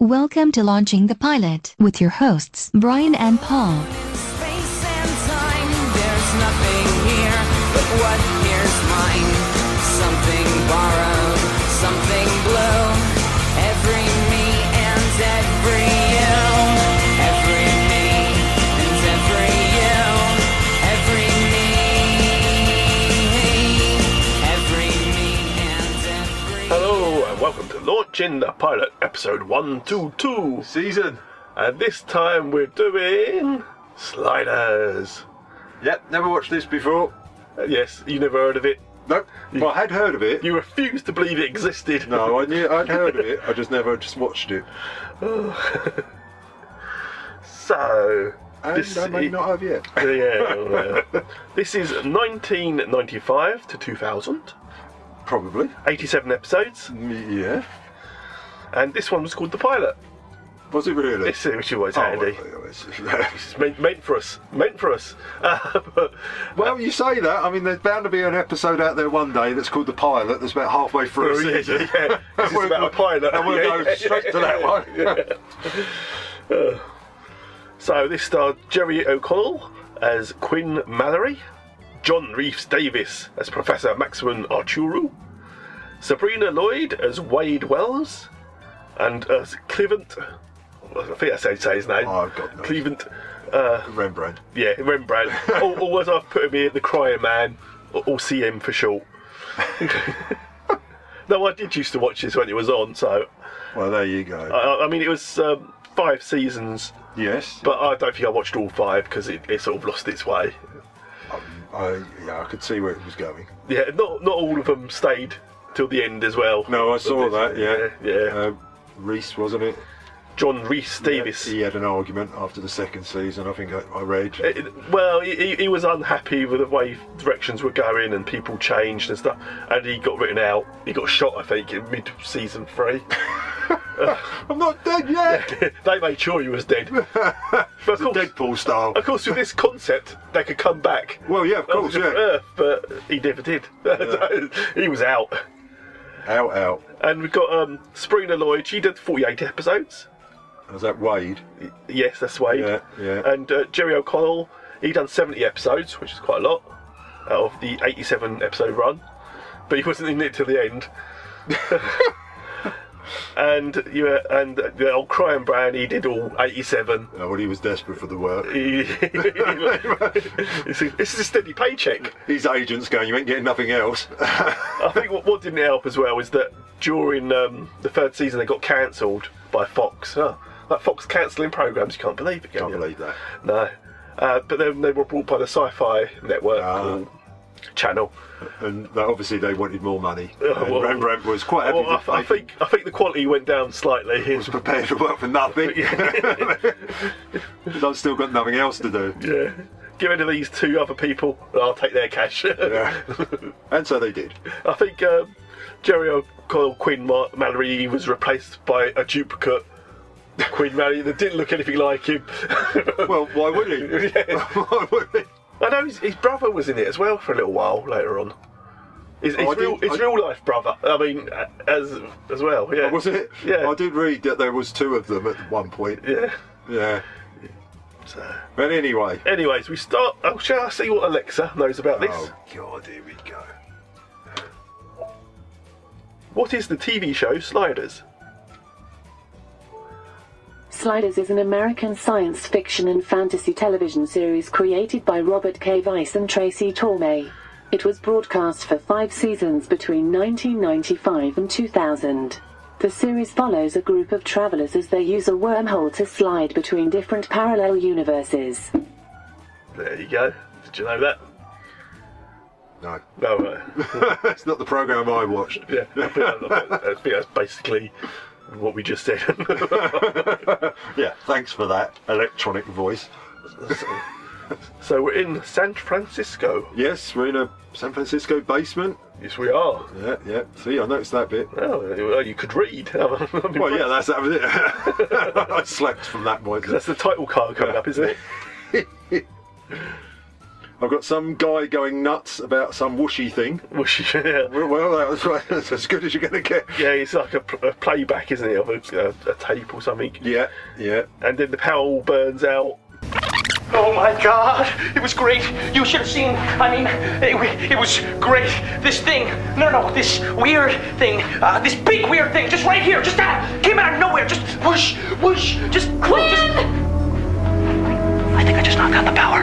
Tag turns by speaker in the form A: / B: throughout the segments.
A: Welcome to Launching the Pilot with your hosts, Brian and Paul.
B: Space and time, there's nothing here but what here's mine. Something borrowed, something blue. Every me and every you. Every me and every you. Every me. Every me and every
C: Hello and welcome to Launching the Pilot, episode 122.
D: season.
C: And this time we're doing sliders.
D: Yep, never watched this before.
C: Uh, Yes, you never heard of it.
D: Nope. Well, I had heard of it.
C: You refuse to believe it existed.
D: No, I knew I'd heard of it. I just never just watched it, Oh,
C: So,
D: and I may
C: i-
D: not have yet.
C: yeah, well, uh, this is 1995 to 2000,
D: Probably.
C: 87 episodes,
D: Mm, Yeah.
C: and this one was called The Pilot.
D: Was it really?
C: This uh, which is always
D: Oh,
C: handy.
D: well, it's-
C: It's meant, meant for us. Meant for us.
D: well, you say that. I mean, there's bound to be an episode out there one day that's called the pilot. That's about halfway through a
C: Oh, Yeah, yeah,
D: season.
C: yeah. 'Cause it's
D: We'll-
C: about a pilot.
D: and we'll
C: Yeah,
D: go
C: yeah,
D: straight to
C: yeah,
D: that one.
C: So this starred Jerry O'Connell as Quinn Mallory, John Reeves Davis as Professor Maxwell Archuru, Sabrina Lloyd as Wade Wells, and uh, Clevent. I think that's how you say his name.
D: Oh, God knows.
C: Clevent,
D: Rembrandt.
C: yeah, Rembrandt. or, or as I've put him here, the Crying Man, or, or CM for short. no, I did used to watch this when it was on. So
D: Well, there you go.
C: I, I mean, it was um, five seasons,
D: yes.
C: but I don't think I watched all five because it, it sort of lost its way.
D: Um, I, yeah, I could see where it was going.
C: Yeah, not not all of them stayed till the end as well.
D: No, I saw that. Yeah.
C: yeah. yeah.
D: Um, Reese, wasn't it?
C: John Reese Davis.
D: He had an argument after the second season. I think I, I read.
C: Uh, It- it- well, he, he- he was unhappy with the way directions were going and people changed and stuff, and he got written out. He got shot, I think, in mid season three.
D: I'm not dead yet.
C: they made sure he was dead. But of course,
D: Deadpool style.
C: of course, with this concept, they could come back.
D: Well, yeah, of course,
C: That was
D: yeah.
C: Earth, but he never did. So he was out.
D: Out, out.
C: And we've got um, Sabrina Lloyd. She did 48 episodes.
D: Was that Wade?
C: Yes, that's Wade.
D: Yeah, yeah.
C: And uh, Jerry O'Connell, he done 70 episodes, which is quite a lot, out of the 87 episode run. But he wasn't in it till the end. and you were- and the old Crying Brand, he did all 87.
D: No, well, he was desperate for the work.
C: He- it's, a, it's a steady paycheck.
D: His agent's going, you ain't getting nothing else.
C: I think what, what didn't help as well is that during um, the third season, they got cancelled by Fox. Oh, that Fox cancelling programs, you can't believe it. can
D: Can't
C: you?
D: believe that.
C: No. Uh, but then they were brought by the Sci Fi Network
D: Ah.
C: or channel.
D: And that, obviously they wanted more money.
C: Oh,
D: and
C: well-
D: Rembrandt was quite happy.
C: Well, I,
D: to
C: I
D: pay-
C: think I think the quality went down slightly.
D: was prepared to work for nothing. But I've still got nothing else to do.
C: yeah. Get rid of these two other people, and I'll take their cash.
D: Yeah. and so they did.
C: I think um, Jerry O'Connell Quinn Mar- Mallory was replaced by a duplicate Quinn Mallory that didn't look anything like him.
D: Well, why would he? why would he?
C: I know his, his brother was in it as well for a little while later on. His, his,
D: Oh, I
C: real,
D: didn't-
C: his
D: I- Oh,
C: real life brother. I mean, a- as as well. Oh, Yeah.
D: Was it?
C: Yeah.
D: I did read that there was two of them at one point.
C: Yeah.
D: Yeah.
C: So.
D: But uh, anyway.
C: Anyways, we start. Oh, shall I see what Alexa knows about this?
D: Oh God, here we go.
C: What is the TV show Sliders?
E: Sliders is an American science fiction and fantasy television series created by Robert K. Weiss and Tracy Torme. It was broadcast for five seasons between 1995 and 2000. The series follows a group of travelers as they use a wormhole to slide between different parallel universes.
C: There you go. Did you know that?
D: No,
C: No. Uh,
D: that's not the program I watched.
C: yeah. I think, I think that's basically what we just said.
D: Yeah, thanks for that electronic voice.
C: so we're in San Francisco.
D: Yes, we're in a San Francisco basement.
C: Yes, we are.
D: Yeah, yeah. See, I noticed that bit.
C: Oh, well, you could read.
D: Well, yeah, that's that was it. I slept from that point.
C: That's the title card coming up, isn't it?
D: I've got some guy going nuts about some whooshy thing.
C: Which, yeah,
D: Well, that was, that's as good as you're going to get.
C: yeah, it's like a, pl- a playback, isn't it, of a, a, a tape or something.
D: Yeah, yeah.
C: And then the power all burns out.
F: Oh my god, it was great. You should have seen. I mean, it, wa- it was great. This thing, no, no, this weird thing, uh, this big weird thing, just right here, just out, came out of nowhere, just whoosh, whoosh, just close. Just... I think I just knocked out the power.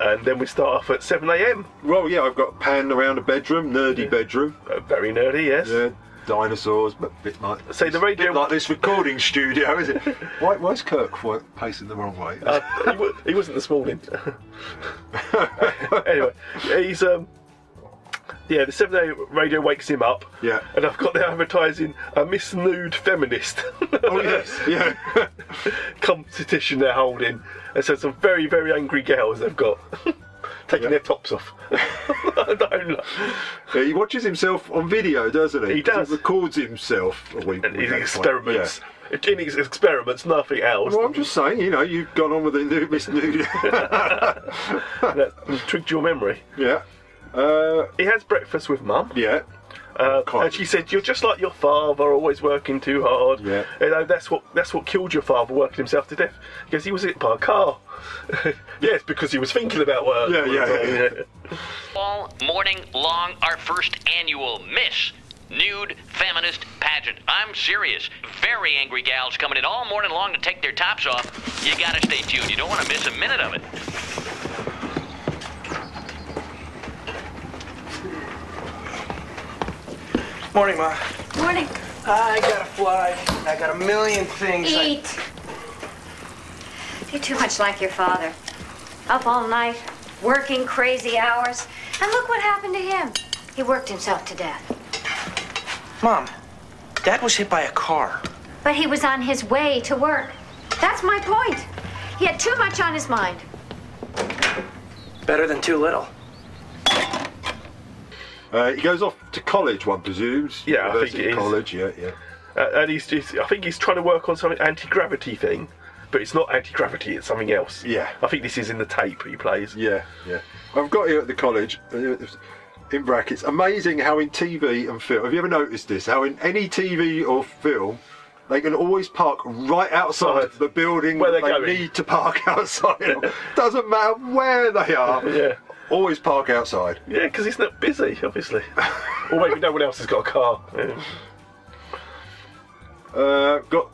C: And then we start off at 7 a.m.
D: Well, yeah, I've got pan around a bedroom, nerdy bedroom.
C: Uh, very nerdy, yes.
D: Yeah, dinosaurs, but a bit like.
C: Say the radio-
D: bit like this recording studio, is it? Why, why's Kirk wa- pacing the wrong way?
C: Uh, he, wa- he wasn't this morning. anyway, he's um, yeah. The seven day radio wakes him up.
D: Yeah.
C: and I've got the advertising a Miss Nude feminist
D: oh yes, yeah.
C: competition they're holding, and so some very very angry girls they've got taking
D: Yeah.
C: their tops off. I don't know.
D: Yeah, he watches himself on video, doesn't he?
C: He does.
D: He records himself. A week,
C: And
D: week
C: his
D: at a time.
C: experiments.
D: Yeah.
C: In his experiments, nothing else.
D: Well, I'm just saying, you know, you've gone on with the new Miss Nude.
C: That tricked your memory.
D: yeah. Uh,
C: He has breakfast with mum.
D: yeah.
C: Uh,
D: Quite.
C: and she said, "You're just like your father, always working too hard.
D: Yeah.
C: You know that's what that's what killed your father, working himself to death because he was hit by a car. yes, because he was thinking about work.
D: Yeah, yeah, yeah,
G: all morning long our first annual Miss Nude Feminist Pageant. I'm serious. Very angry gals coming in all morning long to take their tops off. You gotta stay tuned. You don't wanna miss a minute of it.
F: Morning, ma.
H: Morning.
F: I gotta fly. I got a million things.
H: Eat. You're too much like your father. Up all night, working crazy hours. And look what happened to him. He worked himself to death.
F: Mom, Dad was hit by a car.
H: But he was on his way to work. That's my point. He had too much on his mind.
F: Better than too little.
D: Uh, he goes off to college, one presumes.
C: Yeah, I think
D: University
C: it is.
D: college. Yeah, yeah.
C: Uh, and he's, he's, I think he's trying to work on some anti-gravity thing, but it's not anti-gravity; it's something else.
D: Yeah.
C: I think this is in the tape he plays.
D: Yeah, yeah. I've got here at the college. uh, In brackets, amazing how in TV and film. Have you ever noticed this? How in any TV or film, they can always park right outside
C: Right.
D: the building
C: Where
D: that
C: they're
D: they
C: going.
D: need to park outside. of. Doesn't matter where they are.
C: Yeah.
D: Always park outside.
C: Yeah, because he's not busy, obviously. or maybe no one else has got a car. Yeah.
D: Uh, got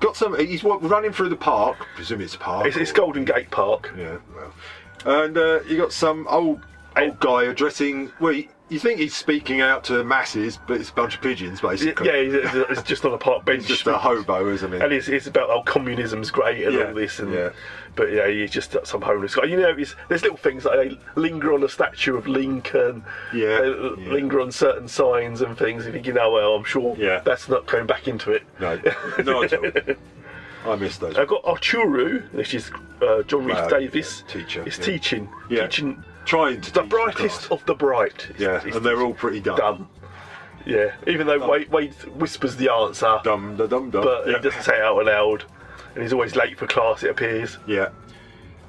D: got some. He's wa- running through the park. Presume it's a park.
C: It's, it's
D: or-
C: Golden Gate Park.
D: Yeah, well. And uh, you got some old old guy addressing. Well, you, you think he's speaking out to masses, but it's a bunch of pigeons, basically.
C: Yeah, he's, he's just on a park bench.
D: He's just a hobo, isn't he?
C: and it's, it's about oh communism's great and
D: Yeah,
C: all this and
D: yeah.
C: but yeah he's just some homeless guy you know it's, there's little things like they linger on the statue of Lincoln
D: Yeah,
C: they l-
D: yeah.
C: linger on certain signs and things and thinking oh well I'm sure
D: Yeah.
C: that's not going back into it
D: No, no, at all. I missed those.
C: I've got Arturo which is uh, John Reeves
D: Well,
C: Davis
D: yeah, teacher,
C: is
D: yeah.
C: teaching
D: Yeah.
C: teaching
D: Trying to
C: the
D: teach
C: brightest
D: class.
C: of the bright is-
D: Yeah,
C: is-
D: and they're all pretty dumb.
C: dumb yeah even though Wade, Wade whispers the answer
D: Dum da dum dum.
C: but
D: yeah.
C: he doesn't say it out loud and he's always late for class it appears
D: Yeah.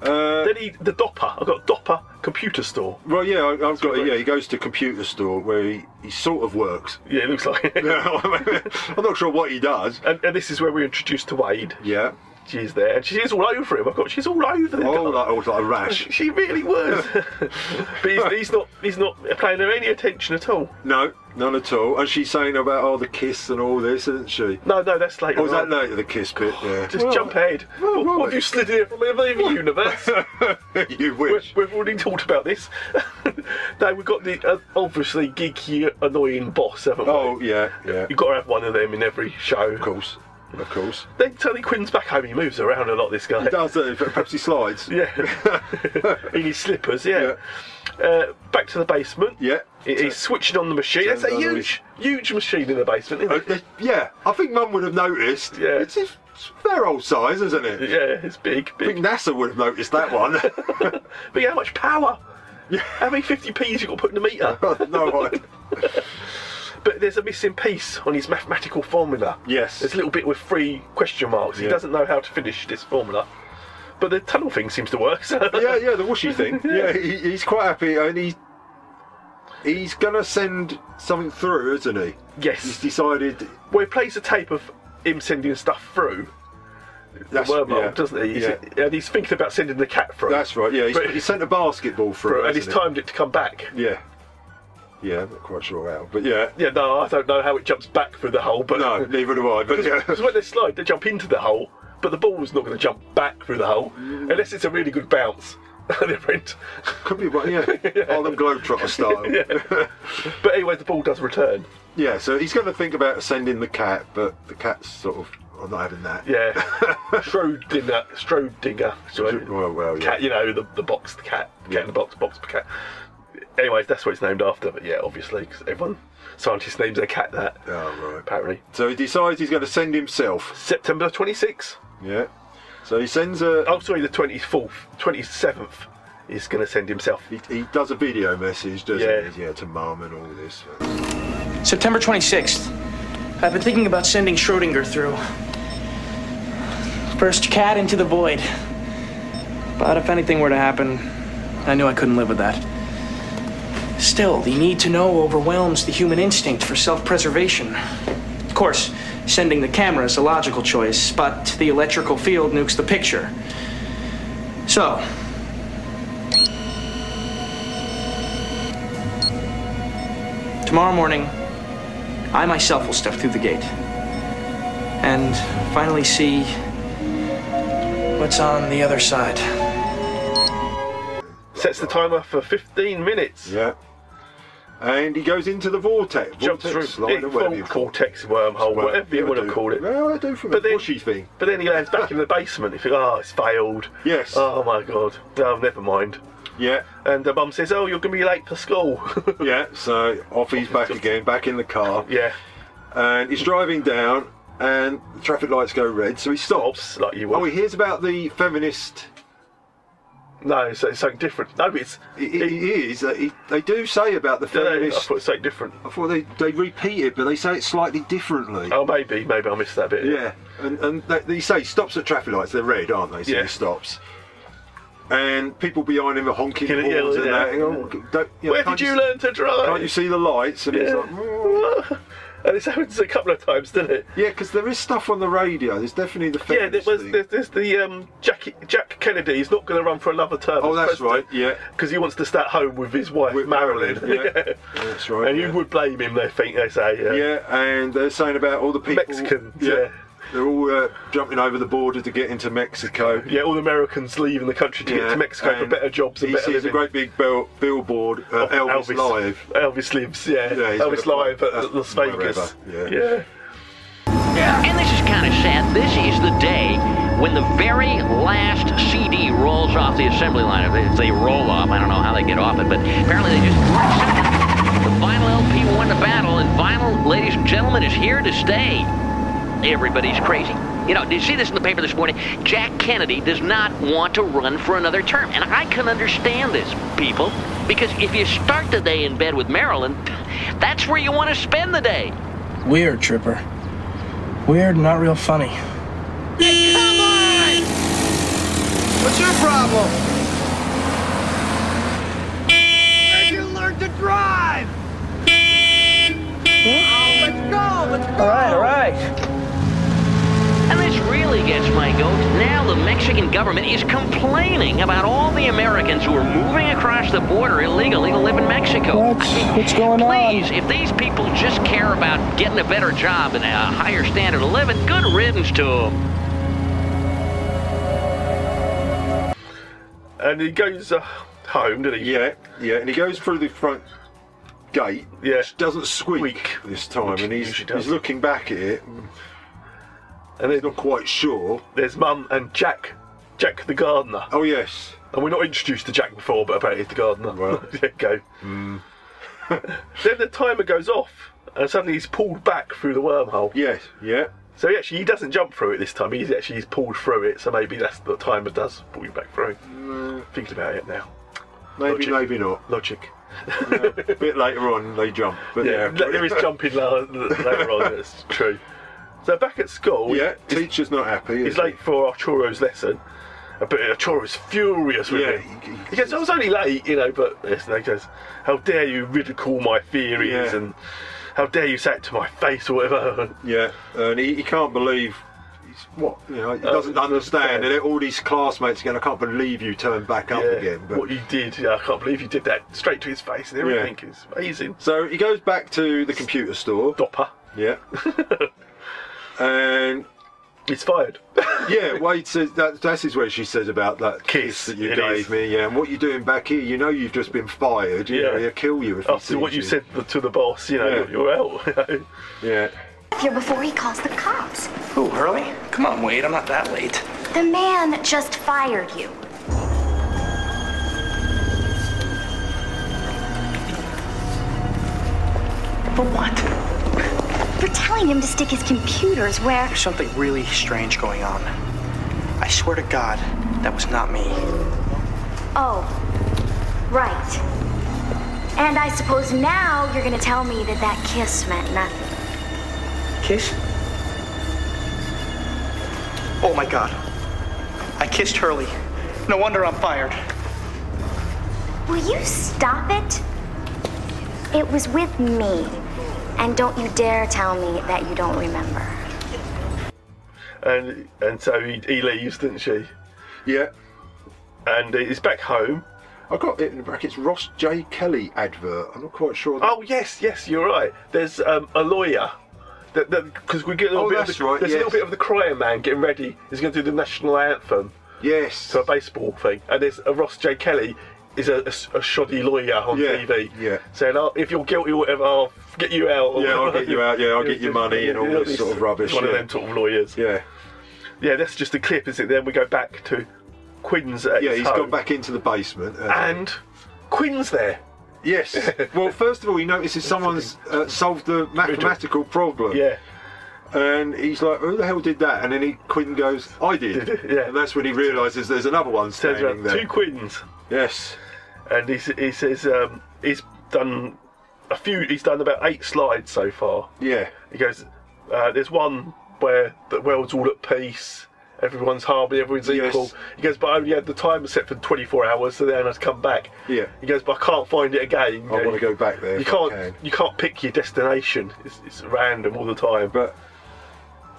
D: Uh,
C: Then he, the Dopper. I've got Dopper Computer Store.
D: well, yeah, I, I've got.
C: great.
D: Yeah, he goes to computer store where he, he sort of works.
C: Yeah, it looks like. it.
D: I'm not sure what he does.
C: and, and this is where we're introduced to Wade.
D: Yeah.
C: She's there, and she's all over him. I've got. She's all over the
D: Oh,
C: guy.
D: that was like a rash.
C: She really was. but he's, he's not. He's not paying her any attention at all.
D: No, none at all. And she's saying about oh the kiss and all this, isn't she?
C: No, no, that's later.
D: Or was that
C: on.
D: later the kiss bit? Yeah.
C: Just jump ahead.
D: Well,
C: what
D: right.
C: have you slid in here from the other universe?
D: you
C: We've,
D: wish.
C: we've already talked about this. now we've got the uh, obviously geeky, annoying boss, haven't we?
D: Oh yeah, yeah.
C: You've got to have one of them in every show.
D: Of course, of course.
C: Then Tony Quinn's back home. He moves around a lot. This guy.
D: He does uh, perhaps he slides.
C: Yeah. in his slippers, yeah. Uh, back to the basement.
D: Yeah.
C: He- He's switching on the machine. That's a
D: Turns on
C: huge, huge machine in the basement,
D: Uh,
C: isn't
D: uh,
C: it?
D: yeah. I think Mum would have noticed.
C: Yeah.
D: It's a it's a fair old size, isn't it?
C: Yeah, it's big,
D: I think
C: big.
D: NASA would have noticed that one.
C: But yeah, how much power? How many 50p's you got to put in the meter?
D: no I-
C: But there's a missing piece on his mathematical formula.
D: Yes.
C: There's a little bit with three question marks. He
D: Yeah.
C: doesn't know how to finish this formula. But the tunnel thing seems to work. So.
D: yeah, yeah, the whooshy thing. Yeah, he, he's quite happy, and he's he's gonna send something through, isn't he? He's
C: Yes.
D: decided.
C: Well, he plays a tape of him sending stuff through the
D: That's,
C: wormhole,
D: yeah.
C: doesn't he? He's-
D: Yeah.
C: And he's thinking about sending the cat through.
D: That's right. Yeah, he's,
C: But-
D: he sent a basketball through,
C: Through, and he's
D: hasn't
C: timed it to come back.
D: he? Yeah, yeah, I'm not quite sure how, but yeah,
C: Yeah, no, I don't know how it jumps back through the hole, but
D: no, neither do I. But yeah.
C: Because when they slide, they jump into the hole, but the ball's not going to jump back through the hole
D: Mm.
C: unless it's a really good bounce.
D: Oh.
C: Different.
D: Could be one, yeah. Harlem Globetrotter style. Yeah.
C: But anyway, the ball does return.
D: so he's going to think about sending the cat, but the cat's sort of I'm not having that.
C: Yeah. Schrodinger. Schrodinger. sorry.
D: Well, well, yeah.
C: Cat, you know, the, the boxed cat. Cat in the box, box cat. Anyways, that's what it's named after, but yeah, obviously, because everyone, scientist names their cat that.
D: Oh, right.
C: Apparently.
D: So he decides he's going to send himself.
C: September 26th.
D: Yeah. So he sends a.
C: Oh, sorry, the 24th. 27th is going to send himself.
D: He, he does a video message, doesn't
C: Yeah.
D: he? Yeah, to mum and all this.
F: September 26th. I've been thinking about sending Schrodinger through. First cat into the void. But if anything were to happen, I knew I couldn't live with that. Still, the need to know overwhelms the human instinct for self preservation. Of course, sending the camera is a logical choice, but the electrical field nukes the picture. So, Tomorrow morning, I myself will step through the gate and finally see what's on the other side.
C: Sets the timer for 15 minutes.
D: Yeah. And he goes into the vortex.
C: Jumps
D: vortex
C: through
D: slide,
C: yeah,
D: or whatever you
C: vortex,
D: call it.
C: wormhole,
D: Well,
C: whatever you
D: yeah,
C: want
D: I
C: to
D: do.
C: call it.
D: Well, I do from
C: But
D: a
C: then-
D: bushy thing.
C: But then he lands back in the basement. You think, oh, it's failed.
D: Yes.
C: Oh my god. Oh, never mind.
D: Yeah.
C: And the mum says, oh, you're going to be late for school.
D: Yeah. So off he's back again, back in the car.
C: yeah.
D: and he's driving down, and the traffic lights go red, so he stops.
C: Stops, like you would.
D: Oh, he hears about the feminist.
C: No, so it's something different. No, it's.
D: He,
C: it-
D: he is. uh, He, they do say about the
C: no, no, I
D: feminist.
C: thought it's something different.
D: I thought they, they repeat it, but they say it slightly differently.
C: Oh, maybe, maybe I missed that bit.
D: Yeah, and and they, they say he stops at traffic lights. They're red, aren't they? So
C: Yeah.
D: he stops. And people behind him are honking
C: Yeah,
D: horns
C: yeah,
D: and
C: yeah.
D: that. and, oh, don't- you know,
C: Where
D: can't
C: did you
D: see-
C: learn to drive?
D: Can't you see the lights? And he's
C: Yeah.
D: like, "Mm."
C: and this happens a couple of times, doesn't it?
D: yeah, because there is stuff on the radio. There's definitely the
C: Yeah,
D: feminist
C: there was
D: thing.
C: there's, there's the um, Jack Jack Kennedy. He's not going to run for another term.
D: Oh,
C: as
D: that's
C: president
D: right, yeah.
C: because he wants to stay at home with his wife
D: With
C: Marilyn.
D: Marilyn, yeah. Yeah, that's right,
C: And
D: yeah.
C: you would blame him. They think they say. uh, Yeah.
D: Yeah, and they're saying about all the people.
C: Mexicans, yeah.
D: They're all uh, jumping over the border to get into Mexico.
C: Yeah, all the Americans leaving the country to get
D: Yeah,
C: to Mexico for
D: and
C: better jobs and
D: he
C: better
D: sees
C: living.
D: a great big bill- billboard, uh,
C: Of
D: Elvis, Live.
C: Elvis lives. Yeah.
D: Yeah, he's
C: Elvis
D: got a-
C: live
D: that's
C: at Las Vegas.
D: wherever, yeah.
C: yeah.
G: And this is kind of sad. This is the day when the very last CD rolls off the assembly line. If they, if they roll off, I don't know how they get off it, but apparently they just. The vinyl LP won the battle, and vinyl, ladies and gentlemen, is here to stay. Everybody's crazy. You know, did you see this in the paper this morning? Jack Kennedy does not want to run for another term. And I can understand this, people, because if you start the day in bed with Marilyn, that's where you want to spend the day.
F: Weird, Tripper. Weird, not real funny.
I: What's your problem? You learned to drive. Oh, let's go. Let's go.
F: All right, all right.
G: And this really gets my goat. Now the Mexican government is complaining about all the Americans who are moving across the border illegally to live in Mexico.
F: What's- what's going on?
G: Please, if these people just care about getting a better job and a higher standard of living, good riddance to them.
C: And he goes uh, home, doesn't he?
D: Yeah, yeah, and he goes through the front gate.
C: Yeah.
D: which doesn't squeak
C: Squeak.
D: this time, and he's,
C: Usually does.
D: he's looking back at it.
C: And
D: He's
C: then
D: not quite sure.
C: there's Mum and Jack, Jack the gardener.
D: Oh yes,
C: And we're not introduced to Jack before, but apparently he's the gardener.
D: Right.
C: there you go. then the timer goes off, and suddenly he's pulled back through the wormhole.
D: yes, yeah.
C: So he actually, he doesn't jump through it this time. He's actually he's pulled through it. So maybe that's the timer does pull you back through. Thinking about it now,
D: Mm. Maybe,
C: Logic.
D: maybe not.
C: logic.
D: A bit later on, they jump. But
C: Yeah,
D: yeah,
C: there is jumping la- later on. That's true. So back at school,
D: Yeah,
C: he's,
D: teacher's not happy.
C: he's
D: is he?
C: late for Arturo's lesson, But Achura's furious with
D: Yeah.
C: me. He goes, I was only late, you know, but this. And he goes, How dare you ridicule my theories
D: Yeah.
C: and how dare you say it to my face or whatever.
D: Yeah, and he, he can't believe he's, what you know. He doesn't
C: Uh,
D: understand,
C: yeah.
D: and all these classmates going, "I can't believe you turned back up
C: Yeah,
D: again." But
C: what you did, yeah, I can't believe you did that straight to his face and everything. It's amazing.
D: so he goes back to the computer store.
C: Dopper.
D: Yeah, and
C: He's fired.
D: yeah, Wade says that. That is where she says about that
C: Kiss,
D: kiss, that you
C: it
D: gave
C: is.
D: me. Yeah, and what you doing back here? You know, you've just been fired. You
C: Yeah.
D: know, he'll kill you if he
C: After
D: sees
C: what you said to the boss, you know,
D: Yeah.
C: you're out. you know.
D: Yeah.
J: Here before he calls the cops.
F: Who, Hurley? Come on, Wade, I'm not that late.
J: The man that just fired you.
F: For what?
J: For telling him to stick his computers where.
F: There's something really strange going on. I swear to God, that was not me.
J: Oh, right. And I suppose now you're gonna tell me that that kiss meant nothing.
F: Kiss? Oh my God. I kissed Hurley. No wonder I'm fired.
J: Will you stop it? It was with me. And don't you dare tell me that you don't remember.
C: and and so he, he leaves, doesn't she?
D: Yeah.
C: And he's back home.
D: I got it in brackets Ross J Kelly advert. I'm not quite sure.
C: Oh yes, yes, you're right. There's um, a lawyer. Because we get a little
D: Oh,
C: bit. Of
D: that's
C: the,
D: right,
C: there's a little
D: yes.
C: bit of the crier man getting ready. He's going to do the national anthem
D: yes.
C: to a baseball thing, and there's a Ross J. Kelly is a, a s- a shoddy lawyer on
D: Yeah,
C: TV.
D: yeah.
C: Saying, oh, if you're guilty or whatever, I'll get you out. or
D: Yeah, I'll
C: whatever.
D: get you out, yeah, I'll get your money and all
C: Yeah,
D: this sort of rubbish,
C: One
D: yeah.
C: of them sort of lawyers.
D: yeah.
C: Yeah, that's just a clip, is it? Then we go back to Quinn's. At
D: Yeah,
C: his
D: he's
C: home,
D: gone back into the basement. uh,
C: And Quinn's there.
D: Yes. Well, first of all, he notices someone's uh, solved the mathematical problem.
C: Yeah.
D: And he's like, "Who the hell did that?" And then he, Quinn goes, "I did."
C: Did it? Yeah.
D: And that's when he realises there's another one
C: Turns
D: standing
C: around,
D: there.
C: two Quinns.
D: Yes.
C: and he, s- he says um, he's done a few. He's done about eight slides so far.
D: Yeah.
C: He goes, uh, there's one where the world's all at peace, everyone's harmony, everyone's
D: Yes.
C: equal. He goes, but I only had the time set for 24 hours, so then I'd come back.
D: Yeah.
C: He goes, but I can't find it again.
D: I wanna go back there
C: You
D: if I
C: can't.
D: can.
C: You can't pick your destination. It's, it's random all the time.
D: But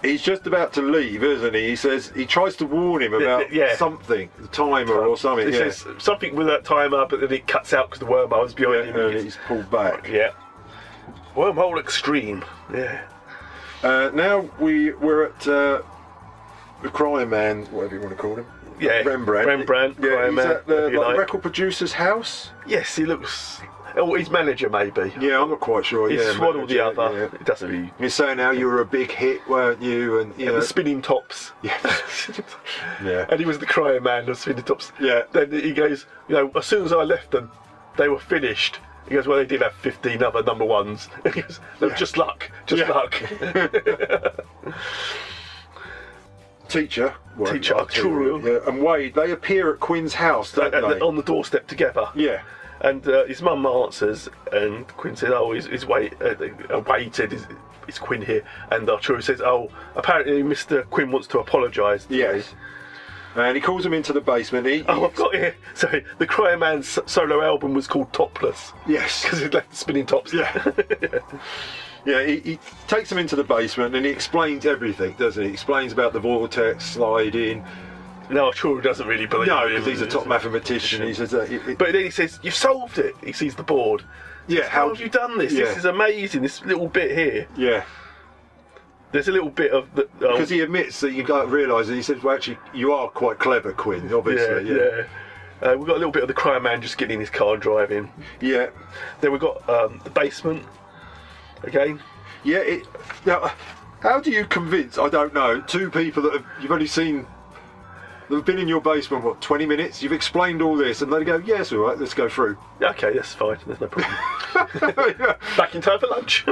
D: he's just about to leave, isn't he? He says he tries to warn him about
C: yeah.
D: something, the timer or something.
C: It
D: yeah.
C: says something with that timer, but then it cuts out because the wormhole's behind him.
D: and he's pulled back.
C: yeah. Wormhole extreme. Yeah.
D: Uh, now we we're at uh, the Crying Man, whatever you want to call him.
C: Yeah,
D: Rembrandt.
C: Rembrandt,
D: yeah,
C: Crying
D: he's
C: Man,
D: at the
C: if you
D: like,
C: like.
D: record producer's house.
C: Yes, he looks. Oh, his manager maybe.
D: Yeah, I'm not quite sure.
C: He's
D: yeah,
C: one or the
D: manager,
C: other.
D: yeah.
C: It doesn't really.
D: You're saying how you were a big hit, weren't you? And you
C: Yeah,
D: know,
C: the spinning tops.
D: Yeah. Yeah.
C: And he was the crying man of spinning tops.
D: Yeah.
C: Then he goes, you know, as soon as I left them, they were finished. He goes, well, they did have 15 other number ones. He goes, no, just luck, just
D: Yeah.
C: luck.
D: teacher, well,
C: Teacher
D: I'll tell you
C: Arturo.
D: what, yeah, and Wade. They appear at Quinn's house,
C: At
D: don't
C: the-
D: they?
C: on the doorstep together.
D: yeah,
C: And uh, his mum answers, and Quinn says, "Oh, he's, he's wait, uh, uh, waited. Is, is Quinn here?" And Arturo says, "Oh, apparently Mr. Quinn wants to apologise." to me."
D: yes. And he calls him into the basement. He,
C: Oh, I've got here. Sorry, the Crying Man's s- solo album was called Topless
D: yes,
C: because he'd left the spinning tops.
D: Yeah. Yeah, he, he takes them into the basement and he explains everything, doesn't he? He explains about the vortex sliding.
C: no, Arturo doesn't really believe.
D: No,
C: him.
D: because he's a top mathematician. He says that. It, it-
C: But then he says, "You've solved it." He sees the board.
D: yeah,
C: How have you done this?
D: Yeah,
C: This is amazing. This little bit here.
D: yeah.
C: There's a little bit of the. oh,
D: Because he admits that you don't realise, and he says, "Well, actually, you are quite clever, Quinn.
C: yeah,
D: Obviously,
C: yeah. Uh, we've got a little bit of the Crying Man just getting in his car and driving.
D: yeah,
C: Then we've got um, the basement again.
D: yeah." it, now, how do you convince? I don't know. Two people that have, you've only seen, that have been in your basement what twenty minutes. You've explained all this, and they go, "Yes, all right, let's go through."
C: Okay, that's fine. There's no problem. Back in time for lunch.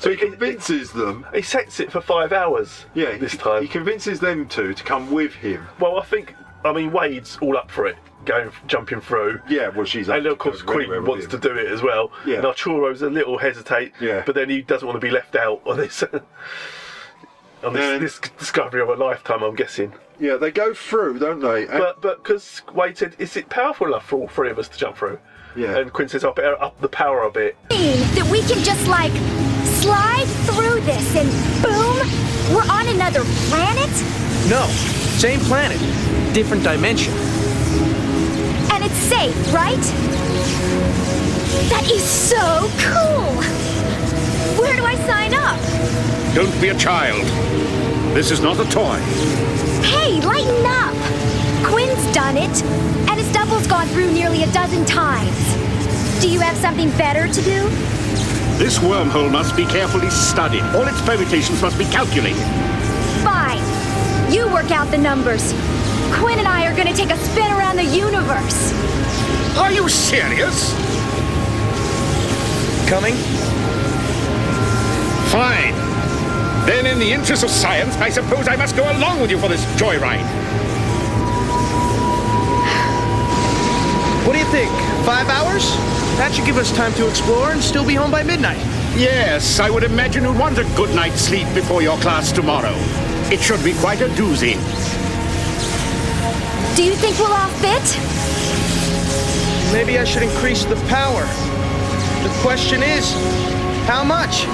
D: So he convinces them.
C: he sets it for five hours.
D: Yeah,
C: this
D: he,
C: time.
D: he convinces them two to come with him.
C: well, I think. I mean, Wade's all up for it, going jumping through.
D: Yeah, well, she's
C: And of course,
D: goes
C: Queen
D: everywhere with
C: wants
D: him.
C: to do it as well.
D: Yeah.
C: And Arturo's a little hesitate,
D: Yeah.
C: but then he doesn't want to be left out on this on this,
D: Then-
C: this discovery of a lifetime, I'm guessing.
D: Yeah, they go through, don't they? And-
C: But but because Wade said, is it powerful enough for all three of us to jump through?
D: Yeah.
C: And Quinn says, up, up the power a bit.
J: mean that we can just like slide through this and boom, we're on another planet
I: No, same planet, different dimension.
J: and it's safe, right? That is so cool! Where do I sign up?
K: Don't be a child. This is not a toy.
J: Hey, lighten up! Quinn's done it, and his double's gone through nearly a dozen times. Do you have something better to do?
K: This wormhole must be carefully studied. All its permutations must be calculated.
J: Fine. You work out the numbers. Quinn and I are gonna take a spin around the universe.
K: Are you serious?
I: Coming?
K: Fine. Then, in the interest of science, I suppose I must go along with you for this joyride.
I: What do you think? Five hours? That should give us time to explore and still be home by midnight.
K: Yes, I would imagine you'd want a good night's sleep before your class tomorrow. It should be quite a doozy.
J: Do you think we'll all fit?
I: Maybe I should increase the power. The question is, how much?